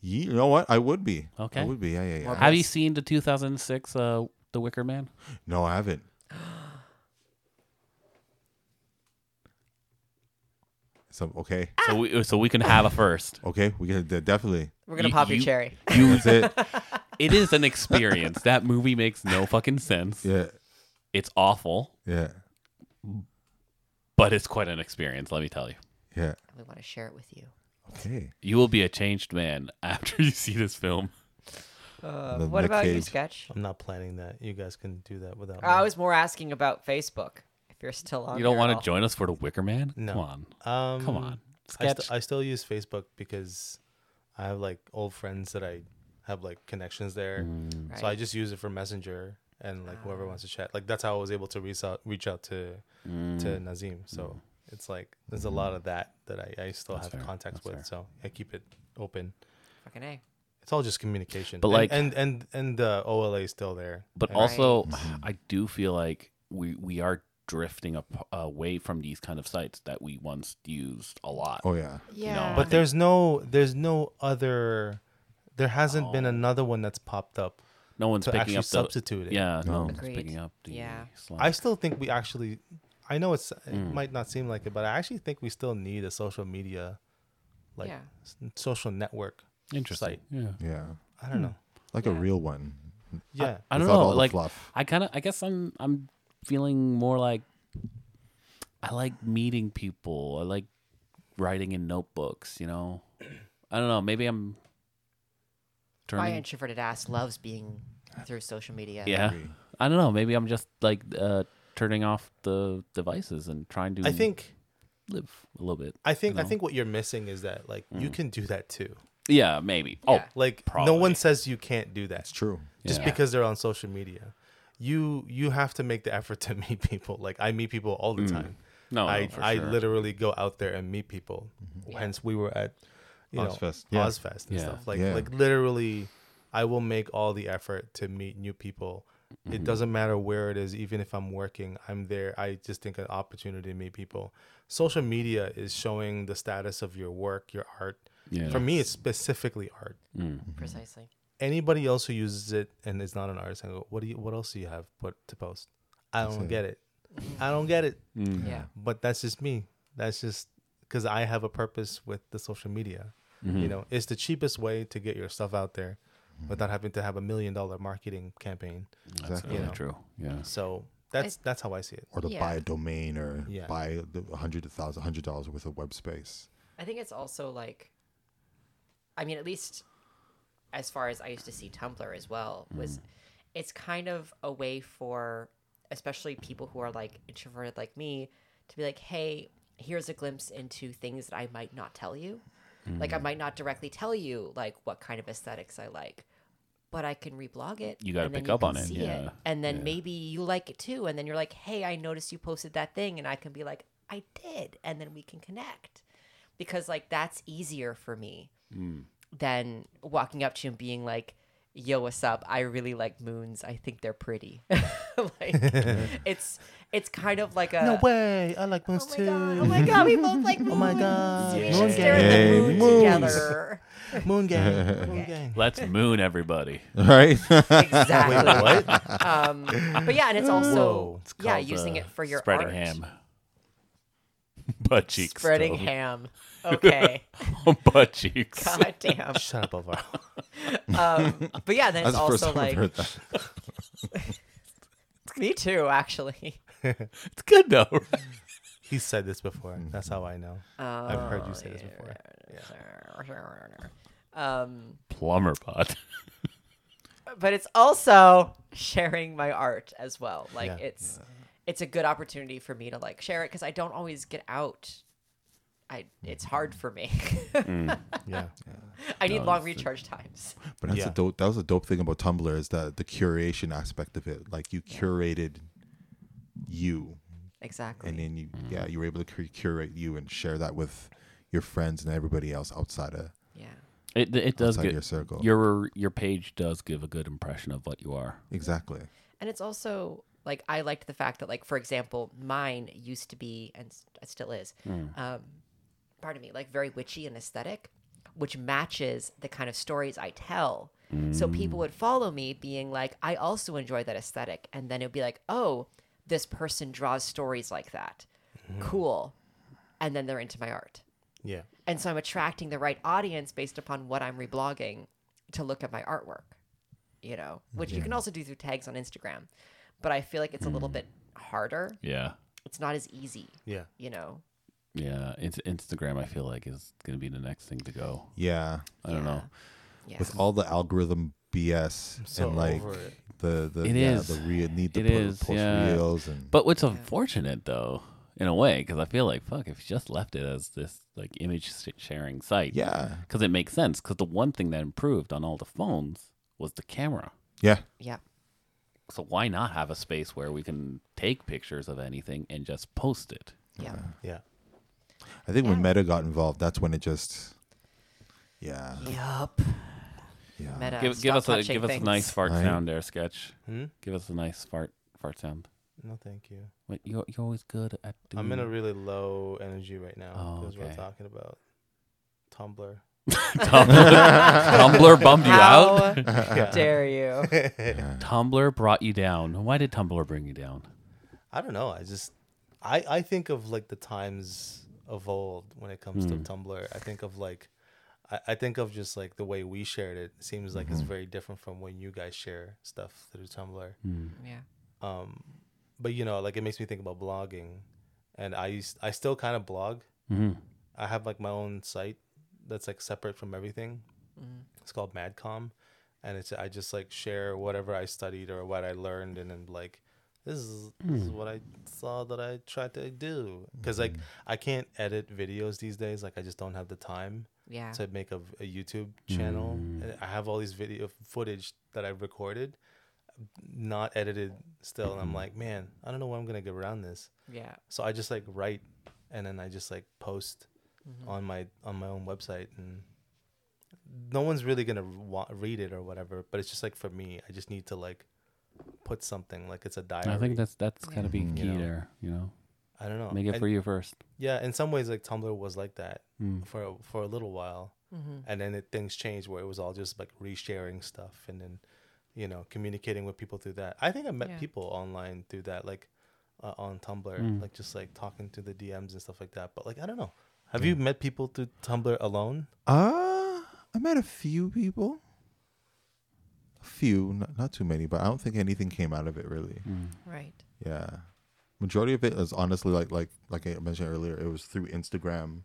Speaker 3: You know what? I would be.
Speaker 1: Okay.
Speaker 3: I would be. Yeah, yeah, yeah.
Speaker 1: Have you seen the 2006 uh, The Wicker Man?
Speaker 3: No, I haven't. so okay,
Speaker 1: So we so we can have a first.
Speaker 3: okay, we can de- definitely.
Speaker 4: We're gonna
Speaker 1: You-
Speaker 4: pop your
Speaker 1: you-
Speaker 4: cherry.
Speaker 3: You that's it.
Speaker 1: It is an experience. that movie makes no fucking sense.
Speaker 3: Yeah,
Speaker 1: It's awful,
Speaker 3: yeah,
Speaker 1: but it's quite an experience, let me tell you.
Speaker 3: yeah.
Speaker 4: We want to share it with you.
Speaker 3: Okay.
Speaker 1: You will be a changed man after you see this film.
Speaker 4: Uh,
Speaker 3: The-
Speaker 4: what
Speaker 3: the
Speaker 4: about you,
Speaker 3: cage.
Speaker 4: Sketch?
Speaker 2: I'm not planning that. You guys can do that without.
Speaker 4: I
Speaker 2: me.
Speaker 4: was more asking about Facebook. If you're still on,
Speaker 1: You don't
Speaker 4: want
Speaker 1: want to join us for The Wicker Man?
Speaker 2: No.
Speaker 1: Come on.
Speaker 2: Um,
Speaker 1: Come on.
Speaker 2: I,
Speaker 1: Sketch.
Speaker 2: st- I still use Facebook because I have like old friends that I have like connections there.
Speaker 1: Mm.
Speaker 2: So I
Speaker 4: Right.
Speaker 2: just use it for Messenger and like whoever wants to chat. Like that's how I was able to reach out reach out to
Speaker 1: Mm.
Speaker 2: to Nazim. So it's like there's a lot of that that I, I still have
Speaker 1: fair.
Speaker 2: contacts with. So I keep it open.
Speaker 4: Fucking a.
Speaker 2: It's all just communication.
Speaker 1: But,
Speaker 2: And-
Speaker 1: like-
Speaker 2: and and and the OLA is still there.
Speaker 1: but
Speaker 2: And-
Speaker 1: also
Speaker 3: Mm-hmm.
Speaker 1: i do feel like we we are drifting ap- away from these kind of sites that we once used a lot
Speaker 3: Oh yeah.
Speaker 1: Yeah.
Speaker 2: but there's no there's no other there hasn't been another one that's popped up
Speaker 1: no one's
Speaker 2: to
Speaker 1: picking
Speaker 2: actually
Speaker 1: up the,
Speaker 2: substitute it.
Speaker 1: yeah no,
Speaker 3: No.
Speaker 1: one's
Speaker 4: Agreed.
Speaker 1: picking up the
Speaker 4: Yeah.
Speaker 1: slack.
Speaker 2: I still think we actually. I know it's it might not seem like it, but I actually think we still need a social media, like
Speaker 4: Yeah.
Speaker 2: s- social network.
Speaker 1: interesting
Speaker 2: site.
Speaker 1: yeah
Speaker 3: Yeah.
Speaker 2: I don't know.
Speaker 3: Like a real one.
Speaker 2: Yeah,
Speaker 1: i don't
Speaker 3: Without
Speaker 1: know
Speaker 3: all the
Speaker 1: like
Speaker 3: fluff.
Speaker 1: i kind of i guess i'm i'm feeling more like i like meeting people i like writing in notebooks you know i don't know maybe i'm
Speaker 4: my
Speaker 1: turning
Speaker 4: introverted ass loves being through social media.
Speaker 1: yeah i don't know maybe i'm just like uh turning off the devices and trying to
Speaker 2: I think
Speaker 1: live a little bit.
Speaker 2: I think I
Speaker 1: No.
Speaker 2: think what you're missing is that like you can do that too.
Speaker 1: Yeah, maybe. Oh,
Speaker 4: Yeah.
Speaker 2: Like no
Speaker 1: Probably.
Speaker 2: one says you can't do that
Speaker 3: It's true.
Speaker 2: just
Speaker 1: Yeah.
Speaker 2: because they're on social media. You you have to make the effort to meet people. Like I meet people all the time.
Speaker 1: No, Oh, no,
Speaker 2: I
Speaker 1: for
Speaker 2: I
Speaker 1: sure. Mm-hmm.
Speaker 2: literally go out there and meet people. Hence we were at you know
Speaker 3: Ozfest, yeah.
Speaker 2: Ozfest and
Speaker 1: Yeah.
Speaker 2: stuff. Like
Speaker 3: Yeah.
Speaker 2: like literally I will make all the effort to meet new people.
Speaker 1: Mm-hmm.
Speaker 2: It doesn't matter where it is, even if I'm working, I'm there. I just think an opportunity to meet people. Social media is showing the status of your work, your art.
Speaker 1: Yeah. Mm.
Speaker 2: For me, it's specifically art
Speaker 4: precisely.
Speaker 2: anybody else who uses it and is not an artist, I go, what do you, what else do you have put to post? I don't get it. I don't get it.
Speaker 4: Yeah,
Speaker 2: But that's just me. That's just because I have a purpose with the social media. You know, it's the cheapest way to get your stuff out there without having to have a million dollar marketing campaign.
Speaker 1: that's
Speaker 3: Exactly.
Speaker 1: really
Speaker 2: know.
Speaker 1: true. Yeah.
Speaker 2: So that's that's how I see it.
Speaker 3: Or to
Speaker 4: Yeah.
Speaker 3: buy a domain or
Speaker 2: Yeah.
Speaker 3: buy the hundred thousand hundred dollars worth of web space.
Speaker 4: I think it's also like, I mean, at least as far as I used to see Tumblr as well
Speaker 1: Mm.
Speaker 4: was, it's kind of a way for especially people who are like introverted like me to be like, hey, here's a glimpse into things that I might not tell you. Like
Speaker 1: Mm.
Speaker 4: I might not directly tell you like what kind of aesthetics I like, but I can reblog it.
Speaker 1: You gotta
Speaker 4: and then
Speaker 1: pick up
Speaker 4: can
Speaker 1: on it,
Speaker 4: see
Speaker 1: yeah,
Speaker 4: And then maybe you like it too. And then you're like, hey, I noticed you posted that thing. And I can be like, I did. And then we can connect because like that's easier for me than walking up to you and being like, yo, what's up? I really like moons. I think they're pretty. like it's, it's kind of like a,
Speaker 2: No way! I like moons
Speaker 4: Oh my
Speaker 2: too.
Speaker 4: god! Oh my god! We both like moons. Oh
Speaker 2: my God,
Speaker 4: We
Speaker 2: moon
Speaker 4: should stare at the
Speaker 3: gang.
Speaker 4: moon
Speaker 3: Moons.
Speaker 4: together.
Speaker 2: Moon gang. Moon gang.
Speaker 1: Let's moon everybody.
Speaker 3: Right?
Speaker 4: exactly.
Speaker 2: Wait, what?
Speaker 4: Um, but yeah, and it's also
Speaker 2: Whoa. It's
Speaker 4: yeah
Speaker 1: Called,
Speaker 4: using
Speaker 1: uh,
Speaker 4: it for your
Speaker 1: spreading
Speaker 4: art.
Speaker 1: ham. Butt cheeks.
Speaker 4: Spreading
Speaker 1: though.
Speaker 4: ham. Okay.
Speaker 1: Butt cheeks.
Speaker 4: god damn.
Speaker 2: Shut up, Alvaro.
Speaker 4: Um, but yeah, then it's
Speaker 3: That's the first time
Speaker 4: also
Speaker 3: I've
Speaker 4: like
Speaker 3: heard that.
Speaker 4: me too, actually.
Speaker 1: It's good though. right?
Speaker 2: He said this before. That's how I know. I've heard you say this before.
Speaker 4: Um,
Speaker 1: Plumber pot.
Speaker 4: but it's also sharing my art as well. Like
Speaker 2: Yeah.
Speaker 4: it's it's a good opportunity for me to like share it because I don't always get out I it's hard
Speaker 2: Mm-hmm.
Speaker 4: for me.
Speaker 2: Yeah.
Speaker 4: I need long recharge times.
Speaker 3: But that's
Speaker 2: Yeah.
Speaker 3: a dope. That was a dope thing about Tumblr is that the curation aspect of it. Like you curated you,
Speaker 4: Exactly.
Speaker 3: and then you
Speaker 1: Mm-hmm.
Speaker 3: yeah you were able to cur- curate you and share that with your friends and everybody else outside of
Speaker 4: yeah.
Speaker 1: It it does
Speaker 3: outside
Speaker 1: get
Speaker 3: your circle.
Speaker 1: your your page does give a good impression of what you are.
Speaker 3: exactly.
Speaker 4: And it's also like I liked the fact that like for example, mine used to be and s- it still is, um, pardon me, like very witchy and aesthetic, which matches the kind of stories I tell. So people would follow me, being like, I also enjoy that aesthetic, and then it'd be like, oh, this person draws stories like that, cool, and then they're into my art.
Speaker 2: Yeah.
Speaker 4: And so I'm attracting the right audience based upon what I'm reblogging to look at my artwork, you know, which you can also do through tags on Instagram. But I feel like it's a little bit harder.
Speaker 1: Yeah.
Speaker 4: It's not as easy,
Speaker 2: Yeah.
Speaker 4: you know.
Speaker 1: Yeah, it's Instagram. I feel like is going to be the next thing to go.
Speaker 3: Yeah.
Speaker 1: I don't know.
Speaker 4: Yeah.
Speaker 3: With all the algorithm BS
Speaker 2: so
Speaker 3: and like
Speaker 2: over it.
Speaker 3: the the
Speaker 1: It
Speaker 3: yeah,
Speaker 1: is.
Speaker 3: the re- need to
Speaker 1: It
Speaker 3: put,
Speaker 1: is,
Speaker 3: post
Speaker 1: yeah.
Speaker 3: reels and
Speaker 1: But what's unfortunate though, in a way, because I feel like fuck, if you just left it as this like image s- sharing site,
Speaker 3: yeah
Speaker 1: because it makes sense. Because the one thing that improved on all the phones was the camera.
Speaker 3: yeah
Speaker 4: yeah.
Speaker 1: So why not have a space where we can take pictures of anything and just post it?
Speaker 4: Yeah.
Speaker 2: Yeah.
Speaker 3: I think when Meta got involved, that's when it just yeah
Speaker 4: Yup.
Speaker 3: yeah.
Speaker 4: Meta.
Speaker 1: give give
Speaker 4: stop
Speaker 1: us a
Speaker 4: touching
Speaker 1: give us a
Speaker 4: things.
Speaker 1: nice fart
Speaker 3: Right.
Speaker 1: sound there, sketch.
Speaker 2: Hmm?
Speaker 1: Give us a nice fart fart sound.
Speaker 2: No, thank you.
Speaker 1: Wait, you're you're always good at. Doing...
Speaker 2: I'm in a really low energy right now
Speaker 1: Oh,
Speaker 2: because we're
Speaker 1: okay.
Speaker 2: talking about Tumblr.
Speaker 1: Tumblr, Tumblr bummed you out.
Speaker 4: How dare you?
Speaker 1: Tumblr brought you down. Why did Tumblr bring you down?
Speaker 2: I don't know. I just I I think of like the times of old when it comes
Speaker 1: Hmm.
Speaker 2: to Tumblr. I think of like I, I think of just like the way we shared it. It seems like
Speaker 1: Mm-hmm.
Speaker 2: it's very different from when you guys share stuff through Tumblr.
Speaker 1: Hmm.
Speaker 4: Yeah.
Speaker 2: Um but you know, like it makes me think about blogging. And I used I still kind of blog.
Speaker 1: Mhm.
Speaker 2: I have like my own site that's like separate from everything. It's called Madcom, and it's I just like share whatever I studied or what I learned, and then like this is, this is what I saw that I tried to do because like I can't edit videos these days. Like I just don't have the time
Speaker 4: Yeah.
Speaker 2: to make a, a YouTube channel. And I have all these video footage that I've recorded, not edited still, and I'm like, man, I don't know when I'm gonna get around this.
Speaker 4: yeah.
Speaker 2: So I just like write and then I just like post on my on my own website and no one's really going to wa- read it or whatever, but it's just like for me, I just need to like put something like it's a diary.
Speaker 1: I
Speaker 2: I,
Speaker 1: think that's that's gonna be key
Speaker 2: know.
Speaker 1: there. You know, Oh,
Speaker 2: don't know.
Speaker 1: make it
Speaker 2: And-
Speaker 1: for you first. Mm.
Speaker 2: yeah, in some ways like Tumblr was like that for a- for a little while. And then it, things changed where it was all just like resharing stuff and then you know, communicating with people through that. I think I met
Speaker 4: Yeah.
Speaker 2: people online through that like uh, on Tumblr,
Speaker 3: Mm.
Speaker 2: like just like talking to the DMs and stuff like that. But like I don't know. Have you met people through Tumblr alone?
Speaker 3: Uh, I met a few people. A few, not, not too many, but I don't think anything came out of it really.
Speaker 2: Mm.
Speaker 4: Right.
Speaker 3: Yeah. Majority of it is honestly like like like I mentioned earlier, it was through Instagram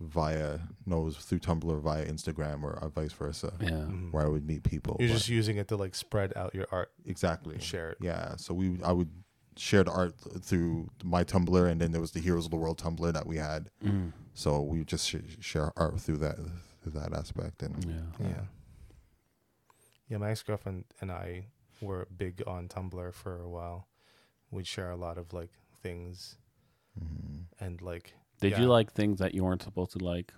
Speaker 3: via no, it was through Tumblr via Instagram or uh, vice versa.
Speaker 1: Yeah.
Speaker 3: Where I would meet people.
Speaker 2: You're
Speaker 3: but-
Speaker 2: Mm. just using it to like spread out your art
Speaker 3: exactly.
Speaker 2: and share it.
Speaker 3: Yeah. So we I would share the art th- through my Tumblr and then there was the Heroes of the World Tumblr that we had.
Speaker 1: Mm.
Speaker 3: So we would just sh- share art through that through that aspect and
Speaker 1: Yeah.
Speaker 2: Yeah. Yeah, my ex girlfriend and I were big on Tumblr for a while. We'd share a lot of like things
Speaker 3: Mm-hmm.
Speaker 2: and like
Speaker 1: Did
Speaker 2: yeah.
Speaker 1: you like things that you weren't supposed to like,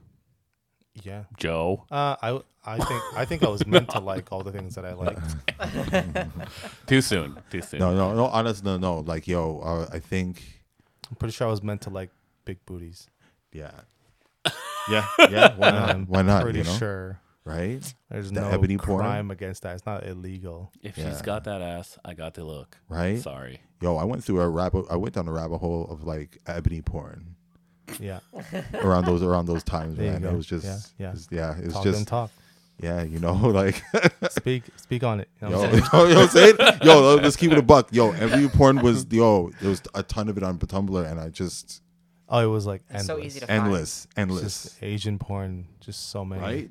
Speaker 2: yeah.
Speaker 1: Joe?
Speaker 2: Uh, I I think I think I was meant to like all the things that I liked.
Speaker 1: Too soon. Too soon.
Speaker 3: No, no, no. Honest, no, no. Like, yo, uh, I think,
Speaker 2: I'm pretty sure I was meant to like big booties.
Speaker 3: yeah, yeah, yeah. Why
Speaker 2: I'm
Speaker 3: not? Why not?
Speaker 2: pretty
Speaker 3: You know,
Speaker 2: sure.
Speaker 3: right?
Speaker 2: There's
Speaker 3: The
Speaker 2: no
Speaker 3: ebony porn?
Speaker 2: crime against that. It's not illegal.
Speaker 1: If she's
Speaker 3: Yeah.
Speaker 1: got that ass, I got the look.
Speaker 3: Right?
Speaker 1: Sorry.
Speaker 3: Yo, I went through a rabbit. I went down a rabbit hole of like ebony porn
Speaker 2: Yeah,
Speaker 3: around those around those times,
Speaker 2: There you
Speaker 3: man.
Speaker 2: go.
Speaker 3: It was just,
Speaker 2: Yeah,
Speaker 3: yeah,
Speaker 2: yeah.
Speaker 3: yeah. It's, yeah, it's
Speaker 2: talk and
Speaker 3: just,
Speaker 2: talk.
Speaker 3: yeah, you know, like,
Speaker 2: Speak speak on it. You know
Speaker 3: yo,
Speaker 2: what I'm
Speaker 3: you know what I'm saying? Yo, let's keep it a buck. Yo, ebony porn was, yo, there was a ton of it on Tumblr, and I just
Speaker 2: Oh, it was like
Speaker 4: It's
Speaker 2: endless.
Speaker 4: so easy to find.
Speaker 3: endless,
Speaker 2: It's
Speaker 3: endless,
Speaker 2: just Asian porn, just so many.
Speaker 3: right?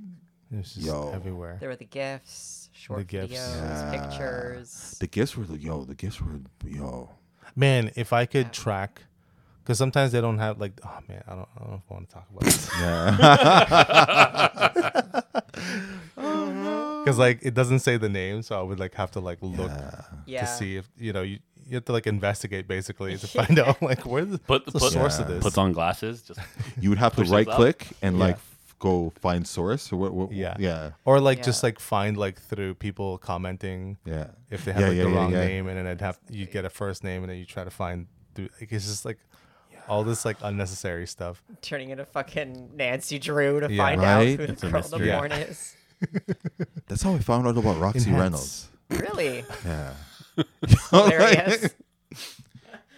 Speaker 2: It's just
Speaker 3: Yo.
Speaker 2: everywhere.
Speaker 4: There were the gifts, short
Speaker 2: gifts.
Speaker 4: videos,
Speaker 3: Yeah.
Speaker 4: pictures.
Speaker 3: The gifts were, yo, the gifts were, yo,
Speaker 2: Man, if I could track Because sometimes they don't have like, oh man, I don't, I don't know if I want to talk about this. Because like it doesn't say the name, so I would like have to like look
Speaker 4: Yeah.
Speaker 2: to see if you know you, you have to like investigate basically to find out like where's the,
Speaker 1: Put-
Speaker 2: what's the
Speaker 1: put-
Speaker 2: source of
Speaker 3: Yeah.
Speaker 2: this.
Speaker 1: Puts on glasses. Just
Speaker 3: You would have to
Speaker 1: Push things
Speaker 3: right
Speaker 1: up.
Speaker 3: click and
Speaker 2: Yeah.
Speaker 3: like f- go find source or what, what?
Speaker 2: yeah,
Speaker 3: yeah,
Speaker 2: Or like just
Speaker 4: Yeah.
Speaker 2: like find like through people commenting
Speaker 3: yeah.
Speaker 2: if they have
Speaker 3: Yeah,
Speaker 2: like
Speaker 3: yeah,
Speaker 2: the
Speaker 3: yeah,
Speaker 2: wrong
Speaker 3: yeah.
Speaker 2: name, and then I'd have you get a first name, and then you try to find through. Like, it's just like all this like unnecessary stuff.
Speaker 4: Turning into fucking Nancy Drew to
Speaker 2: Yeah,
Speaker 4: find
Speaker 3: right?
Speaker 4: out who
Speaker 1: It's
Speaker 4: the
Speaker 1: a
Speaker 4: girl the
Speaker 1: mystery.
Speaker 2: Yeah.
Speaker 4: born is.
Speaker 3: That's how I found out about Roxy
Speaker 2: Enhance.
Speaker 3: Reynolds.
Speaker 4: Really?
Speaker 3: Yeah.
Speaker 4: Hilarious.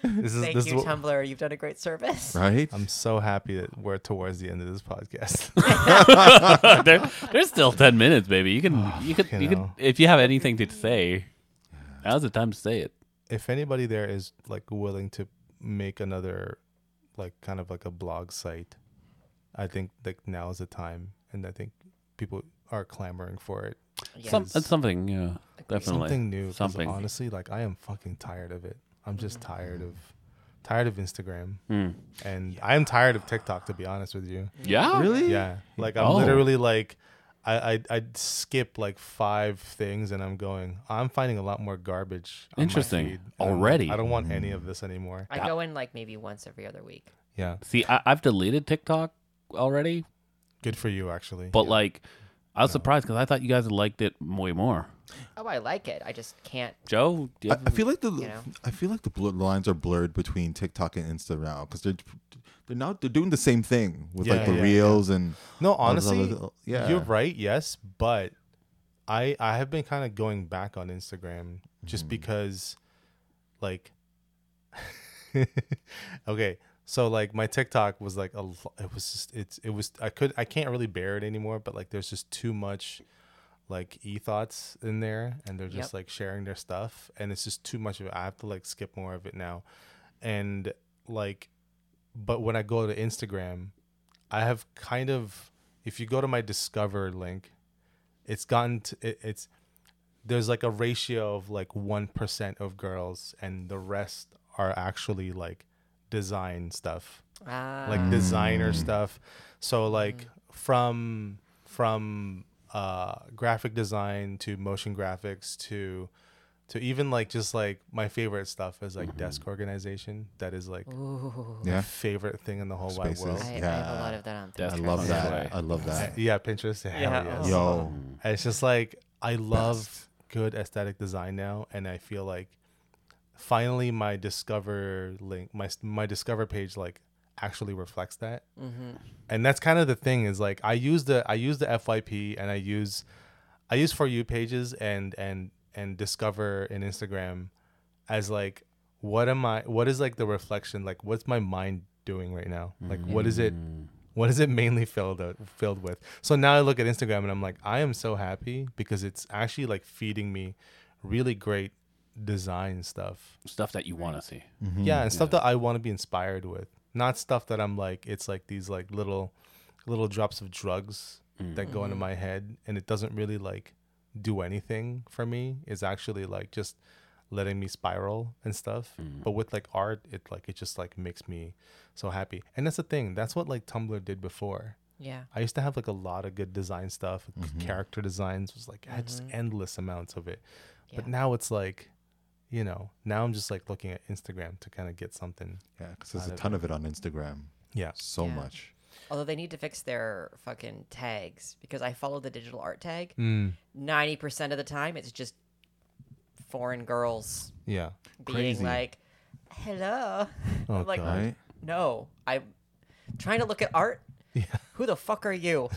Speaker 2: This is
Speaker 4: Thank
Speaker 2: this
Speaker 4: you,
Speaker 2: is what,
Speaker 4: Tumblr. You've done a great service.
Speaker 3: right?
Speaker 2: I'm so happy that we're towards the end of this podcast.
Speaker 1: there, there's still ten minutes, baby. You can you could
Speaker 2: fucking
Speaker 1: you could
Speaker 2: hell.
Speaker 1: if you have anything to say, now's the time to say it.
Speaker 2: if anybody there is like willing to make another like kind of like a blog site i think like now is the time and i think people are clamoring for it
Speaker 4: Yes.
Speaker 1: Some it's something, yeah, definitely
Speaker 2: something new 'cause
Speaker 1: Something. Mm.
Speaker 2: honestly like i am fucking tired of it i'm just tired of tired of instagram
Speaker 1: Hmm.
Speaker 2: and i am tired of tiktok to be honest with you
Speaker 1: Yeah, really.
Speaker 2: yeah like i'm
Speaker 1: Oh.
Speaker 2: literally like I, I i skip like five things and i'm going i'm finding a lot more garbage on my
Speaker 1: Interesting.
Speaker 2: feed, and I'm like,
Speaker 1: Already. Mm.
Speaker 2: i don't want any of this anymore
Speaker 4: I go in like maybe once every other week.
Speaker 2: Yeah.
Speaker 1: See, I, I've deleted TikTok already,
Speaker 2: Good for you, actually.
Speaker 1: but like, I was surprised because I thought you guys liked it way more.
Speaker 4: Oh, I like it. I just can't.
Speaker 1: Joe, do you
Speaker 3: I,
Speaker 1: have-
Speaker 3: I feel like the
Speaker 4: know.
Speaker 3: I feel like the blur- lines are blurred between TikTok and Insta now because they're they're now they're doing the same thing with like
Speaker 2: Yeah,
Speaker 3: the
Speaker 2: yeah,
Speaker 3: reels and
Speaker 2: no,
Speaker 3: all this
Speaker 2: honestly,
Speaker 3: other- oh, yeah,
Speaker 2: you're right. Yes, but I I have been kind of going back on Instagram just because, like, okay, so like my TikTok was like a lo- it was just it's it was I could I can't really bear it anymore. But like, there's just too much like e thoughts in there, and they're just
Speaker 4: Yep.
Speaker 2: like sharing their stuff, and it's just too much of it. I have to like skip more of it now, and like, but when I go to Instagram, I have kind of if you go to my discover link, it's gotten to, it, it's there's like a ratio of like 1% of girls and the rest are actually like design stuff
Speaker 4: Uh,
Speaker 2: like designer stuff so like from from uh graphic design to motion graphics to to even like just like my favorite stuff is like desk organization that is
Speaker 4: Oh.
Speaker 2: like
Speaker 3: yeah.
Speaker 2: favorite thing in the whole
Speaker 3: Spaces.
Speaker 2: wide world Uh,
Speaker 4: I, I have a
Speaker 3: Yeah.
Speaker 4: lot of that on
Speaker 1: Yeah,
Speaker 4: Pinterest.
Speaker 1: I
Speaker 3: I love that.
Speaker 1: Right.
Speaker 3: I love that.
Speaker 2: yeah pinterest hell
Speaker 4: Yeah.
Speaker 2: yes.
Speaker 4: Oh.
Speaker 3: Yo,
Speaker 2: And it's just like I love
Speaker 3: Best.
Speaker 2: good aesthetic design now, and I feel like finally my discover link, my my discover page, like actually reflects that.
Speaker 4: Mm-hmm.
Speaker 2: And that's kind of the thing is like I use the I use the FYP and I use I use for you pages and and and discover in Instagram as like what am I what is like the reflection like what's my mind doing right now like what is it what is it mainly filled out, filled with so now I look at Instagram and I'm like I am so happy because it's actually like feeding me really great design stuff
Speaker 1: stuff that you want to see.
Speaker 2: yeah and stuff that I want to be inspired with not stuff that I'm like it's like these like little little drops of drugs that go into my head and it doesn't really like do anything for me it's actually like just letting me spiral and stuff but with like art it like it just like makes me so happy and that's the thing that's what like tumblr did before
Speaker 4: Yeah.
Speaker 2: i used to have like a lot of good design stuff c-
Speaker 1: Mm-hmm.
Speaker 2: character designs was like i had just endless amounts of it but
Speaker 4: Yeah.
Speaker 2: now it's like you know now i'm just like looking at instagram to kind of get something
Speaker 3: yeah, because there's a ton of it on Instagram.
Speaker 2: yeah
Speaker 3: So
Speaker 4: Yeah.
Speaker 3: much.
Speaker 4: Although they need to fix their fucking tags because I follow the digital art tag. Ninety percent of the time, it's just foreign girls
Speaker 2: yeah
Speaker 4: being
Speaker 3: Crazy.
Speaker 4: like, "Hello,"
Speaker 2: Oh,
Speaker 4: I'm like,
Speaker 2: God.
Speaker 3: Right?
Speaker 4: "No, I'm trying to look at art. Who the fuck are you?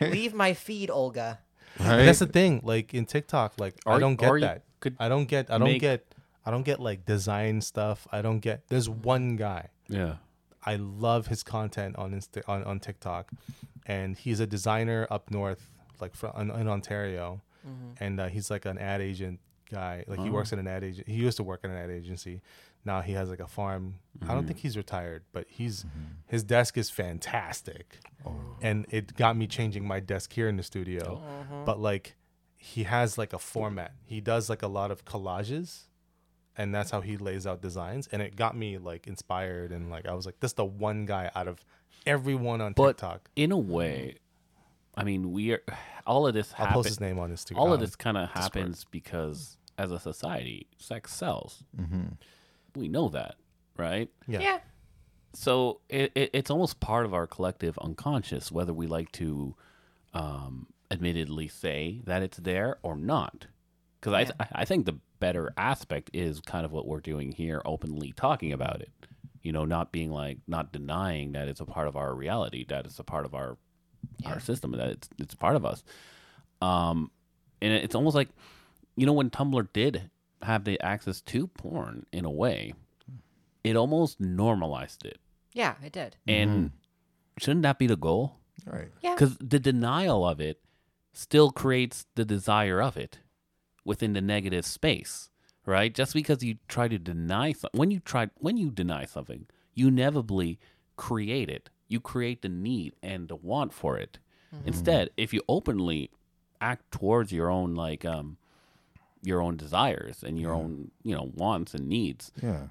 Speaker 4: Leave my feed, Olga."
Speaker 2: And that's
Speaker 3: Right?
Speaker 2: the thing, like in TikTok, like I
Speaker 1: Or-
Speaker 2: don't get
Speaker 1: or you
Speaker 2: that.
Speaker 1: could
Speaker 2: I don't get. I don't
Speaker 1: make-
Speaker 2: get. I don't get like design stuff. I don't get. There's one guy.
Speaker 1: Yeah,
Speaker 2: I love his content on Insta on, on TikTok, and he's a designer up north, like from in, in Ontario, and uh, he's like an ad agent guy. Like he works in an ad agent. He used to work in an ad agency. Now he has like a farm. I don't think he's retired, but he's his desk is fantastic, and it got me changing my desk here in the studio.
Speaker 1: Uh-huh.
Speaker 2: But like, he has like a format. He does like a lot of collages and that's how he lays out designs and it got me like inspired and like i was like this is the one guy out of everyone on
Speaker 1: But
Speaker 2: tiktok
Speaker 1: in a way, I mean, we are all of this.
Speaker 2: i'll
Speaker 1: Happen-
Speaker 2: post his name on instagram
Speaker 1: all of this kind of happens because as a society, sex sells. We know that, right?
Speaker 2: yeah.
Speaker 4: yeah.
Speaker 1: so it, it, it's almost part of our collective unconscious whether we like to um, admittedly say that it's there or not because I, th- I think the better aspect is kind of what we're doing here openly talking about it you know not being like not denying that it's a part of our reality that it's a part of our our system that it's it's a part of us um and it's almost like you know when tumblr did have the access to porn in a way it almost normalized it
Speaker 4: Yeah, it did.
Speaker 1: and shouldn't that be the goal?
Speaker 3: All right.
Speaker 4: Yeah.
Speaker 1: Because the denial of it still creates the desire of it within the negative space, right? Just because you try to deny something, when you try, when you deny something, you inevitably create it. You create the need and the want for it. Instead, if you openly act towards your own like um your own desires and your own you know wants and needs,
Speaker 3: Yeah.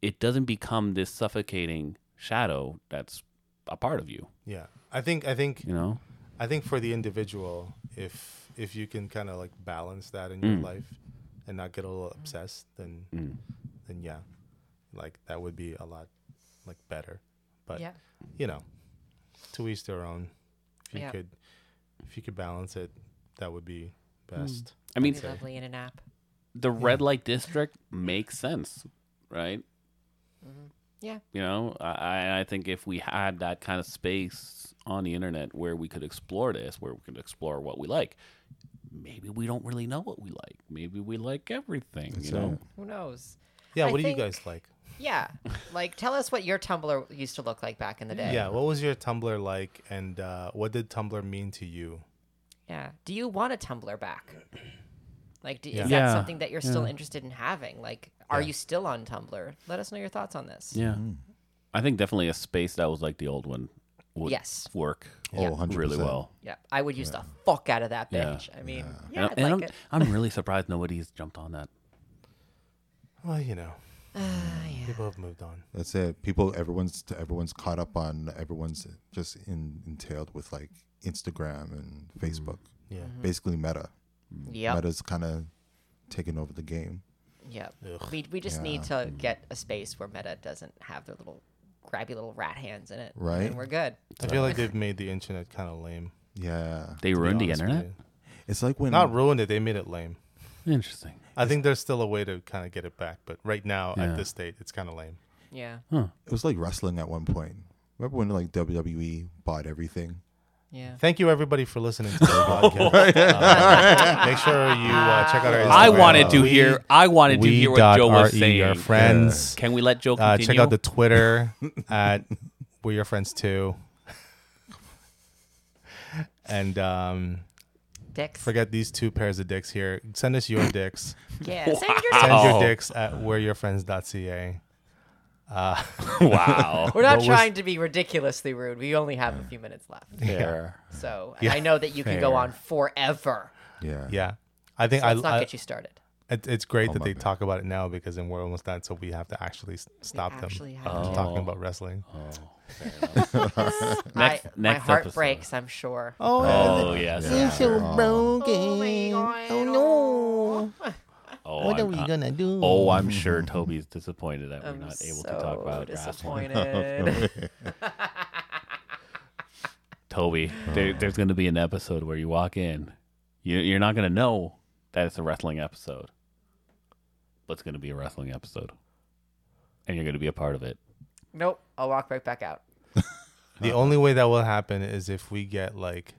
Speaker 1: it doesn't become this suffocating shadow that's a part of you
Speaker 2: yeah i think i think
Speaker 1: you know
Speaker 2: I think for the individual, if if you can kind of like balance that in
Speaker 1: Mm.
Speaker 2: your life and not get a little obsessed, then then yeah, like that would be a lot like better. But
Speaker 4: Yeah.
Speaker 2: you know, to each their own. If you
Speaker 4: Yeah.
Speaker 2: could, if you could balance it, that would be best.
Speaker 1: i mean
Speaker 4: It'd be lovely in an app.
Speaker 1: the red light district makes sense right
Speaker 4: Yeah.
Speaker 1: you know I- i i think if we had that kind of space on the internet where we could explore this where we could explore what we like maybe we don't really know what we like maybe we like everything you know
Speaker 4: Who knows?
Speaker 2: Yeah.
Speaker 4: I
Speaker 2: what
Speaker 4: think-
Speaker 2: do you guys like?
Speaker 4: Yeah. Like, tell us what your Tumblr used to look like back in the day.
Speaker 2: Yeah. What was your Tumblr like, and uh, what did Tumblr mean to you?
Speaker 4: Yeah. Do you want a Tumblr back? Like, do,
Speaker 2: Yeah.
Speaker 4: is that
Speaker 1: Yeah.
Speaker 4: something that you're still interested in having? Like, are you still on Tumblr? Let us know your thoughts on this.
Speaker 1: yeah i think definitely a space that was like the old one would
Speaker 4: Yes.
Speaker 1: work
Speaker 3: Oh, 100%.
Speaker 1: really well
Speaker 4: Yeah, I would use the fuck out of that
Speaker 1: Yeah.
Speaker 4: bitch. I mean, yeah,
Speaker 1: and,
Speaker 4: I'd
Speaker 1: and
Speaker 4: like
Speaker 1: I'm,
Speaker 4: it.
Speaker 1: I'm really surprised nobody's jumped on that
Speaker 2: Well, you know, people have moved on.
Speaker 3: That's it. People, everyone's everyone's caught up on everyone's just in, entailed with like Instagram and Facebook.
Speaker 2: Mm-hmm. Yeah.
Speaker 3: Basically, Meta.
Speaker 4: Yep.
Speaker 3: Meta's kind of taken over the game.
Speaker 4: Yep. We, we just need to get a space where Meta doesn't have their little grabby little rat hands in it.
Speaker 3: Right.
Speaker 4: And we're good.
Speaker 2: I feel like they've made the internet kind of lame.
Speaker 3: Yeah,
Speaker 1: they ruined the
Speaker 2: honest with
Speaker 1: internet
Speaker 2: you.
Speaker 3: it's like when
Speaker 4: Hmm.
Speaker 2: Not ruined it. They made it lame.
Speaker 1: interesting
Speaker 2: I think there's still a way to kind of get it back, but right now
Speaker 1: Yeah.
Speaker 2: at this state, it's kind of lame.
Speaker 4: Yeah.
Speaker 3: it was like wrestling at one point. Remember when like WWE bought everything?
Speaker 4: Yeah.
Speaker 2: Thank you everybody for listening to the podcast. Uh, make sure you uh, check out our. Instagram.
Speaker 1: Oh. I wanted to
Speaker 2: We-
Speaker 1: hear. I wanted to
Speaker 2: we
Speaker 1: hear what
Speaker 2: dot
Speaker 1: Joe was
Speaker 2: RE,
Speaker 1: saying.
Speaker 2: Your friends.
Speaker 1: Can we let Joe
Speaker 2: Uh,
Speaker 1: continue?
Speaker 2: check out the Twitter at We're Your Friends Too. And um,
Speaker 4: Dicks.
Speaker 2: forget these two pairs of dicks here. Send us your dicks.
Speaker 4: yeah. Send
Speaker 2: Send
Speaker 4: your dicks.
Speaker 1: Oh.
Speaker 2: your dicks at we'reyourfriends.ca.
Speaker 1: wow.
Speaker 4: We're not
Speaker 2: was-
Speaker 4: trying to be ridiculously rude. We only have a few minutes left.
Speaker 1: Fair.
Speaker 4: So and I know that you can go
Speaker 1: Fair.
Speaker 4: on forever.
Speaker 3: Yeah,
Speaker 2: Yeah. I think I,
Speaker 4: Let's not
Speaker 2: I
Speaker 4: get you started.
Speaker 2: It, it's great
Speaker 1: Oh
Speaker 2: that
Speaker 3: my
Speaker 2: they
Speaker 3: bad.
Speaker 2: talk about it now because then we're almost done, so we have to actually s- stop
Speaker 4: actually
Speaker 2: them
Speaker 4: have
Speaker 2: from
Speaker 1: to.
Speaker 2: talking
Speaker 1: Oh.
Speaker 2: about wrestling. Oh,
Speaker 1: Next-
Speaker 4: I, my
Speaker 1: next
Speaker 4: heart
Speaker 1: episode.
Speaker 4: breaks, I'm sure.
Speaker 1: Oh yes.
Speaker 3: so broken.
Speaker 4: Oh no.
Speaker 1: Oh, I'm, I-
Speaker 2: gonna do?
Speaker 1: oh, I'm sure Toby's disappointed that
Speaker 4: I'm
Speaker 1: we're not able
Speaker 4: so
Speaker 1: to talk about wrestling.
Speaker 4: disappointed.
Speaker 1: Toby, there, there's going to be an episode where you walk in, you, you're not going to know that it's a wrestling episode, but it's going to be a wrestling episode, and you're going to be a part of it.
Speaker 4: nope. I'll walk right back out.
Speaker 2: The
Speaker 1: Uh-huh.
Speaker 2: only way that will happen is if we get like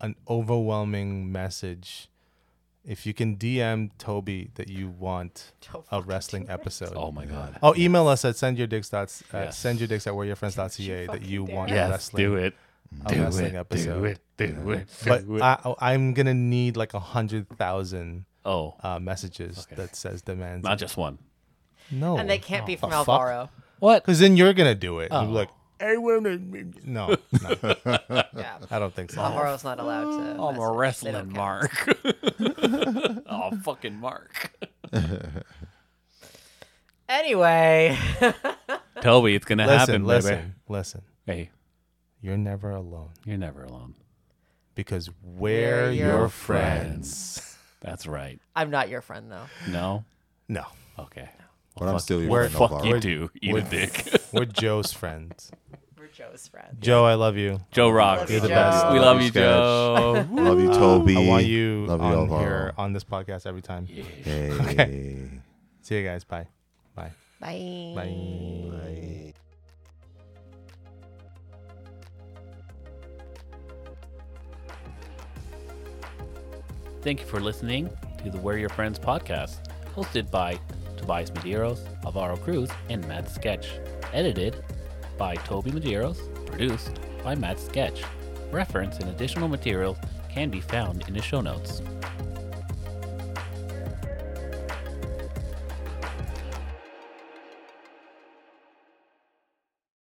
Speaker 2: an overwhelming message. If you can DM Toby that you want
Speaker 4: Don't
Speaker 2: a
Speaker 4: fucking
Speaker 2: wrestling episode.
Speaker 1: Oh my god.
Speaker 2: Oh, email us at sendyourdicks. dots at
Speaker 1: Yes.
Speaker 2: sendyourdicks at whereyourfriends.ca that you want a
Speaker 1: Yes,
Speaker 2: wrestling,
Speaker 1: do it.
Speaker 2: a
Speaker 1: Do
Speaker 2: wrestling
Speaker 1: it,
Speaker 2: episode.
Speaker 1: do it. Do it. Do it.
Speaker 2: But I, oh, I'm gonna need like a hundred thousand
Speaker 1: oh,
Speaker 2: uh, messages that says demands.
Speaker 1: not just one.
Speaker 2: no,
Speaker 4: And they can't be from
Speaker 2: Oh, fuck?
Speaker 4: Alvaro.
Speaker 1: What?
Speaker 2: because then you're gonna do it.
Speaker 1: Oh.
Speaker 2: You'll be like, hey, wait a minute." no, no,
Speaker 4: Yeah.
Speaker 2: I don't think so.
Speaker 4: Alvaro's not allowed to.
Speaker 1: I'm a
Speaker 4: message. They don't
Speaker 1: wrestling
Speaker 4: count.
Speaker 1: mark. oh, fucking mark.
Speaker 4: Anyway,
Speaker 1: Toby, it's gonna
Speaker 2: Listen,
Speaker 1: happen,
Speaker 2: listen,
Speaker 1: baby.
Speaker 2: listen.
Speaker 1: Hey,
Speaker 2: You're never alone
Speaker 1: you're never alone.
Speaker 2: because we're,
Speaker 4: We're
Speaker 2: your,
Speaker 4: your
Speaker 2: friends.
Speaker 1: That's right.
Speaker 4: I'm not your friend though.
Speaker 1: No.
Speaker 2: No,
Speaker 1: Okay.
Speaker 3: But I'm still your
Speaker 2: We're-
Speaker 3: friend,
Speaker 1: Fuck
Speaker 3: Alvaro.
Speaker 1: you too. Eat a
Speaker 2: we're-
Speaker 1: dick.
Speaker 2: we're Joe's friends.
Speaker 4: We're Joe's friend.
Speaker 2: Joe, I love you.
Speaker 1: Joe rocks.
Speaker 4: You're
Speaker 2: the best.
Speaker 1: We love you,
Speaker 3: Sketch.
Speaker 1: Joe.
Speaker 3: Love you, Toby.
Speaker 2: Uh, I want you
Speaker 3: Love you,
Speaker 2: on
Speaker 3: Alvaro.
Speaker 2: here on this podcast every time.
Speaker 3: Hey.
Speaker 2: See you guys. Bye. Bye.
Speaker 4: Bye.
Speaker 2: Bye.
Speaker 1: Thank you for listening to the We're Your Friends podcast, hosted by Tobias Medeiros, Alvaro Cruz, and Matt Sketch. Edited by Toby Medeiros, produced by Matt Sketch. Reference and additional materials can be found in the show notes.